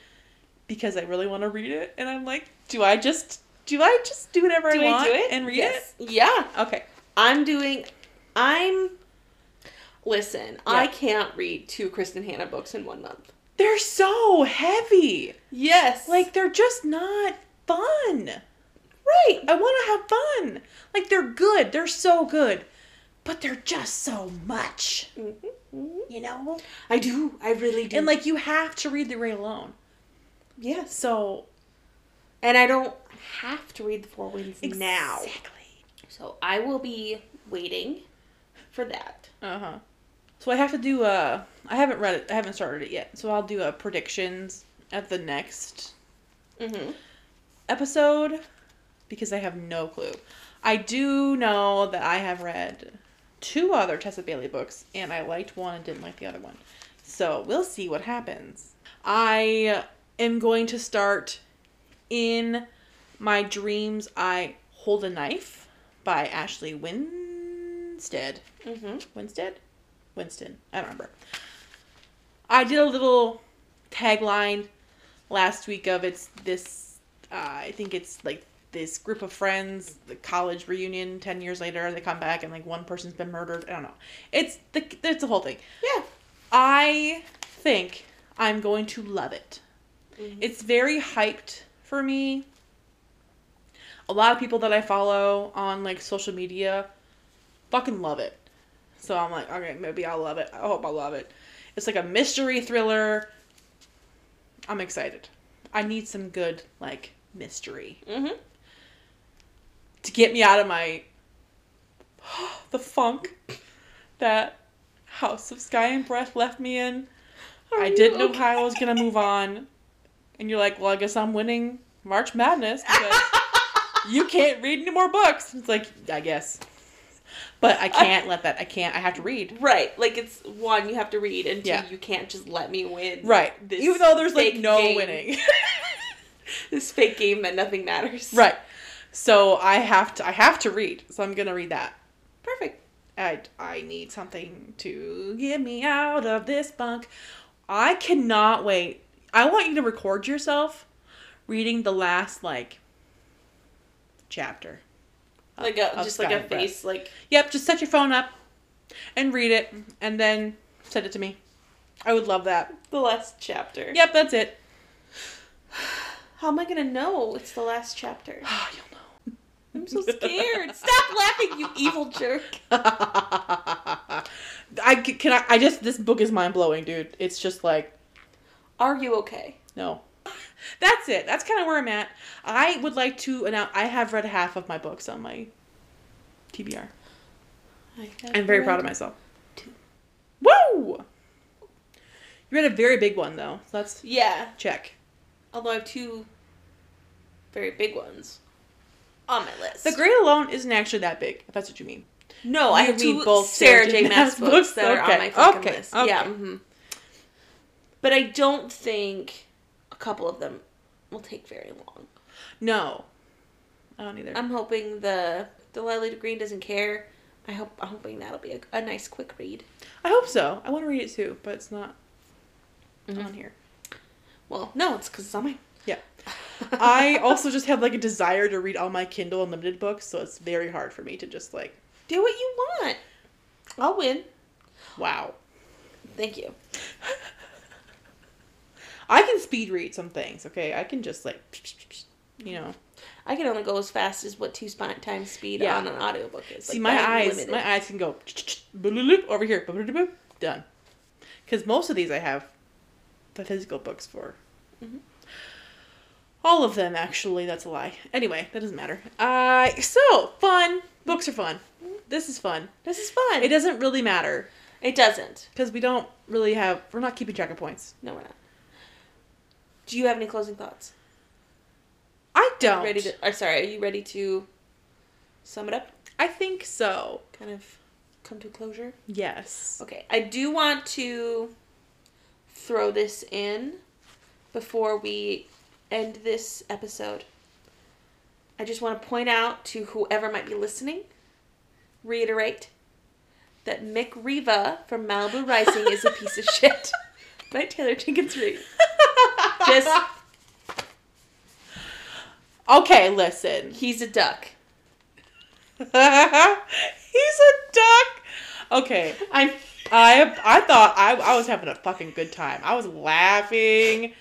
because I really want to read it. And I'm like, do I just do I just do whatever I want and read it? Yeah. it? Okay. I'm doing. I'm. Listen, I Yeah. can't read two Kristen Hanna books in one month. They're so heavy. Yes. Like they're just not fun. right. I want to have fun. Like they're good. They're so good. But they're just so much, you know? I do. I really do. Mm-hmm. And like you have to read The Ray alone. yes. So And I don't have to read the Four Winds now. Exactly. So I will be waiting for that. Uh-huh. So I have to do a I haven't read it. I haven't started it yet. So I'll do a predictions at the next Mm-hmm. episode because I have no clue. I do know that I have read two other Tessa Bailey books and I liked one and didn't like the other one. So we'll see what happens. I am going to start in my dreams. I hold a knife by Ashley Winstead. Mm-hmm. Winstead? Winston. I don't remember. I did a little tagline last week of it's this, uh, I think it's like this group of friends, the college reunion 10 years later, they come back and like one person's been murdered. I don't know. It's the, it's the whole thing. Yeah. I think I'm going to love it. Mhm. It's very hyped for me. A lot of people that I follow on like social media fucking love it. So I'm like, okay, maybe I'll love it. I hope I'll love it. It's like a mystery thriller. I'm excited. I need some good like mystery Mm-hmm. to get me out of my the funk that House of Sky and Breath left me in. I didn't know how I was gonna move on. And you're like, well, I guess I'm winning March Madness because you can't read any more books. It's like, I guess. But I can't let that. I can't. I have to read. Right. Like it's one you have to read, and two Yeah. you can't just let me win. Right. This Even though there's like fake no game. winning. This fake game that nothing matters. right. So I have to. I have to read. So I'm gonna read that. Perfect. I I need something to get me out of this bunk. I cannot wait. I want you to record yourself reading the last like chapter. Like a of just Sky like a and Breath. face like Yep, just set your phone up and read it and then send it to me. I would love that. the last chapter. Yep, that's it. How am I gonna know it's the last chapter? Oh, you'll know. I'm so scared. Stop laughing, you evil jerk. I c- can I, I just this book is mind blowing, dude. It's just like Are you okay? No. That's it. That's kind of where I'm at. I would like to announce I have read half of my books on my TBR. I I'm very proud of myself. Two. Woo! You read a very big one though. So let's Yeah. check. Although I have two very big ones on my list. The Great Alone isn't actually that big, if that's what you mean. no, I You have read two both Sarah J. Maas books, that are Okay, on my fucking okay, list. okay. Yeah. hmm But I don't think a couple of them will take very long. No. I don't either. I'm hoping the the Lily Green doesn't care. I hope I'm hoping that'll be a, a nice quick read. I hope so. I want to read it too, but it's not on here. Well, Mm-hmm. no, it's because it's on my. Yeah. I also just have like a desire to read all my Kindle Unlimited books, so it's very hard for me to just like, do what you want. I'll win. wow. Thank you. I can speed read some things, okay? I can just like, you know. I can only go as fast as what two spot times speed Yeah. on an audiobook is. See, my I'm eyes, limited. my eyes can go bloop, over here, bloop, bloop, bloop, done. Because most of these I have the physical books for. Mhm. All of them, actually. That's a lie. Anyway, that doesn't matter. Uh, so fun. Books are fun. This is fun. This is fun. It doesn't really matter It doesn't. because we don't really have. We're not keeping track of points. No, we're not. Do you have any closing thoughts? I don't. Ready to? Or sorry, are you ready to sum it up? I think so. Kind of come to a closure. Yes. Okay, I do want to throw this in before we end this episode. I just want to point out to whoever might be listening, reiterate that Mick Riva from Malibu Rising is a piece of shit by Taylor Jenkins Reid. Just okay. Listen. he's a duck. He's a duck. Okay. I'm I I thought I I was having a fucking good time. I was laughing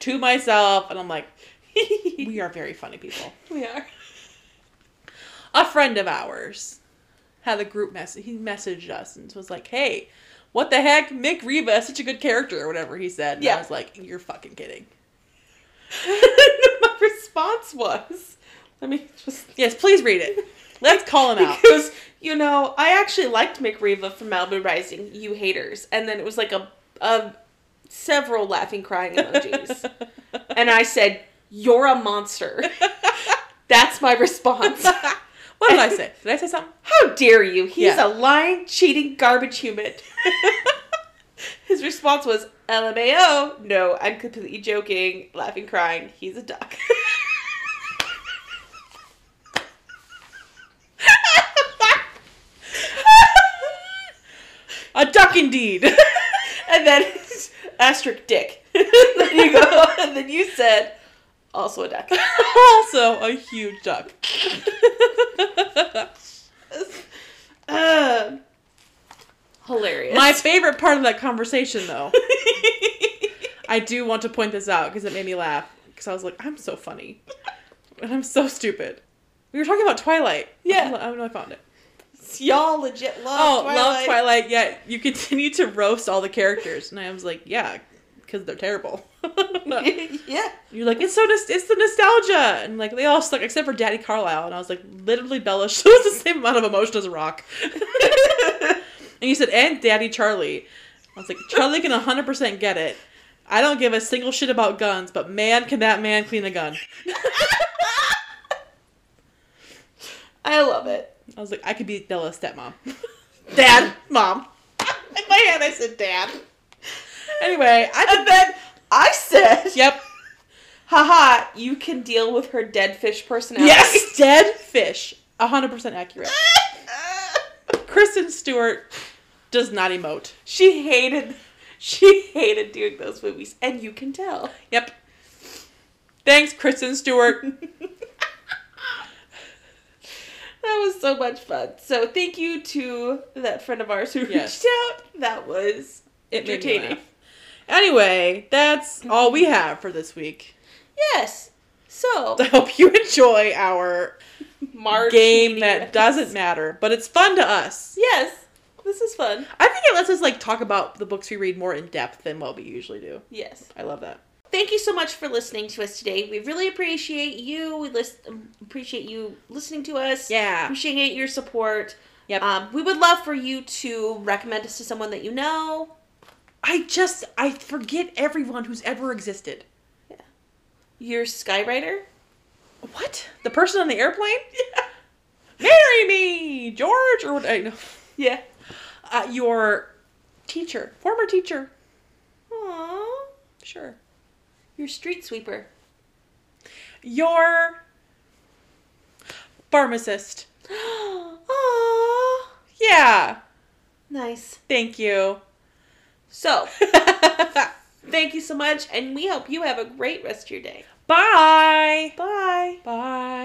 to myself and I'm like, we are very funny people. we are. A friend of ours had a group message. He messaged us and was like, "Hey, what the heck? Mick Reva is such a good character or whatever he said." And I Yeah. was like, "You're fucking kidding." My response was, let me just Yes, please read it. Let's call him out. Because, you know, I actually liked McReva from Malibu Rising, you haters. And then it was like a, a several laughing, crying emojis. and I said, You're a monster. That's my response. what did I say? Did I say something? How dare you? He's Yeah. a lying, cheating, garbage human. His response was, LMAO. No, I'm completely joking, laughing, crying. He's a duck. A duck indeed. and then asterisk dick. then you go, and then you said, also a duck. also a huge duck. Um, hilarious. My favorite part of that conversation, though, I do want to point this out because it made me laugh. Because I was like, I'm so funny. And I'm so stupid. We were talking about Twilight. Yeah. I don't know, I found it. y'all legit love Oh, Twilight. love Twilight. Yeah, you continue to roast all the characters. And I was like, yeah, because they're terrible. yeah. You're like, it's so nos- it's the nostalgia, and like they all suck except for Daddy Carlisle, and I was like, literally Bella shows the same amount of emotion as a rock. and you said, and Daddy Charlie, I was like, Charlie can 100 percent get it. I don't give a single shit about guns, but man, can that man clean a gun? I love it. I was like, I could be Bella's stepmom, Dad. mom. In my head, I said dad. Anyway, I And then I said, yep, haha, you can deal with her dead fish personality. yes, dead fish, 100 percent accurate. Kristen Stewart does not emote. she hated she hated doing those movies, and you can tell. Yep. Thanks, Kristen Stewart. That was so much fun. So thank you to that friend of ours who Yes. reached out. That was It made me entertaining. laugh. Anyway, that's all we have for this week. Yes. So I hope you enjoy our March game meeting that minutes. doesn't matter, but it's fun to us. Yes, this is fun. I think it lets us like talk about the books we read more in depth than what we usually do. Yes. I love that. Thank you so much for listening to us today. We really appreciate you. We list um, appreciate you listening to us. Yeah. Appreciate your support. Yep. Um, we would love for you to recommend us to someone that you know. I just I forget everyone who's ever existed. Your skywriter? What? The person on the airplane? Marry me, George, or what? I know. Yeah. Uh, your teacher, former teacher. Aww. Sure. Your street sweeper. Your pharmacist. Aww. Yeah. Nice. Thank you. So, thank you so much, and we hope you have a great rest of your day. Bye. Bye. Bye.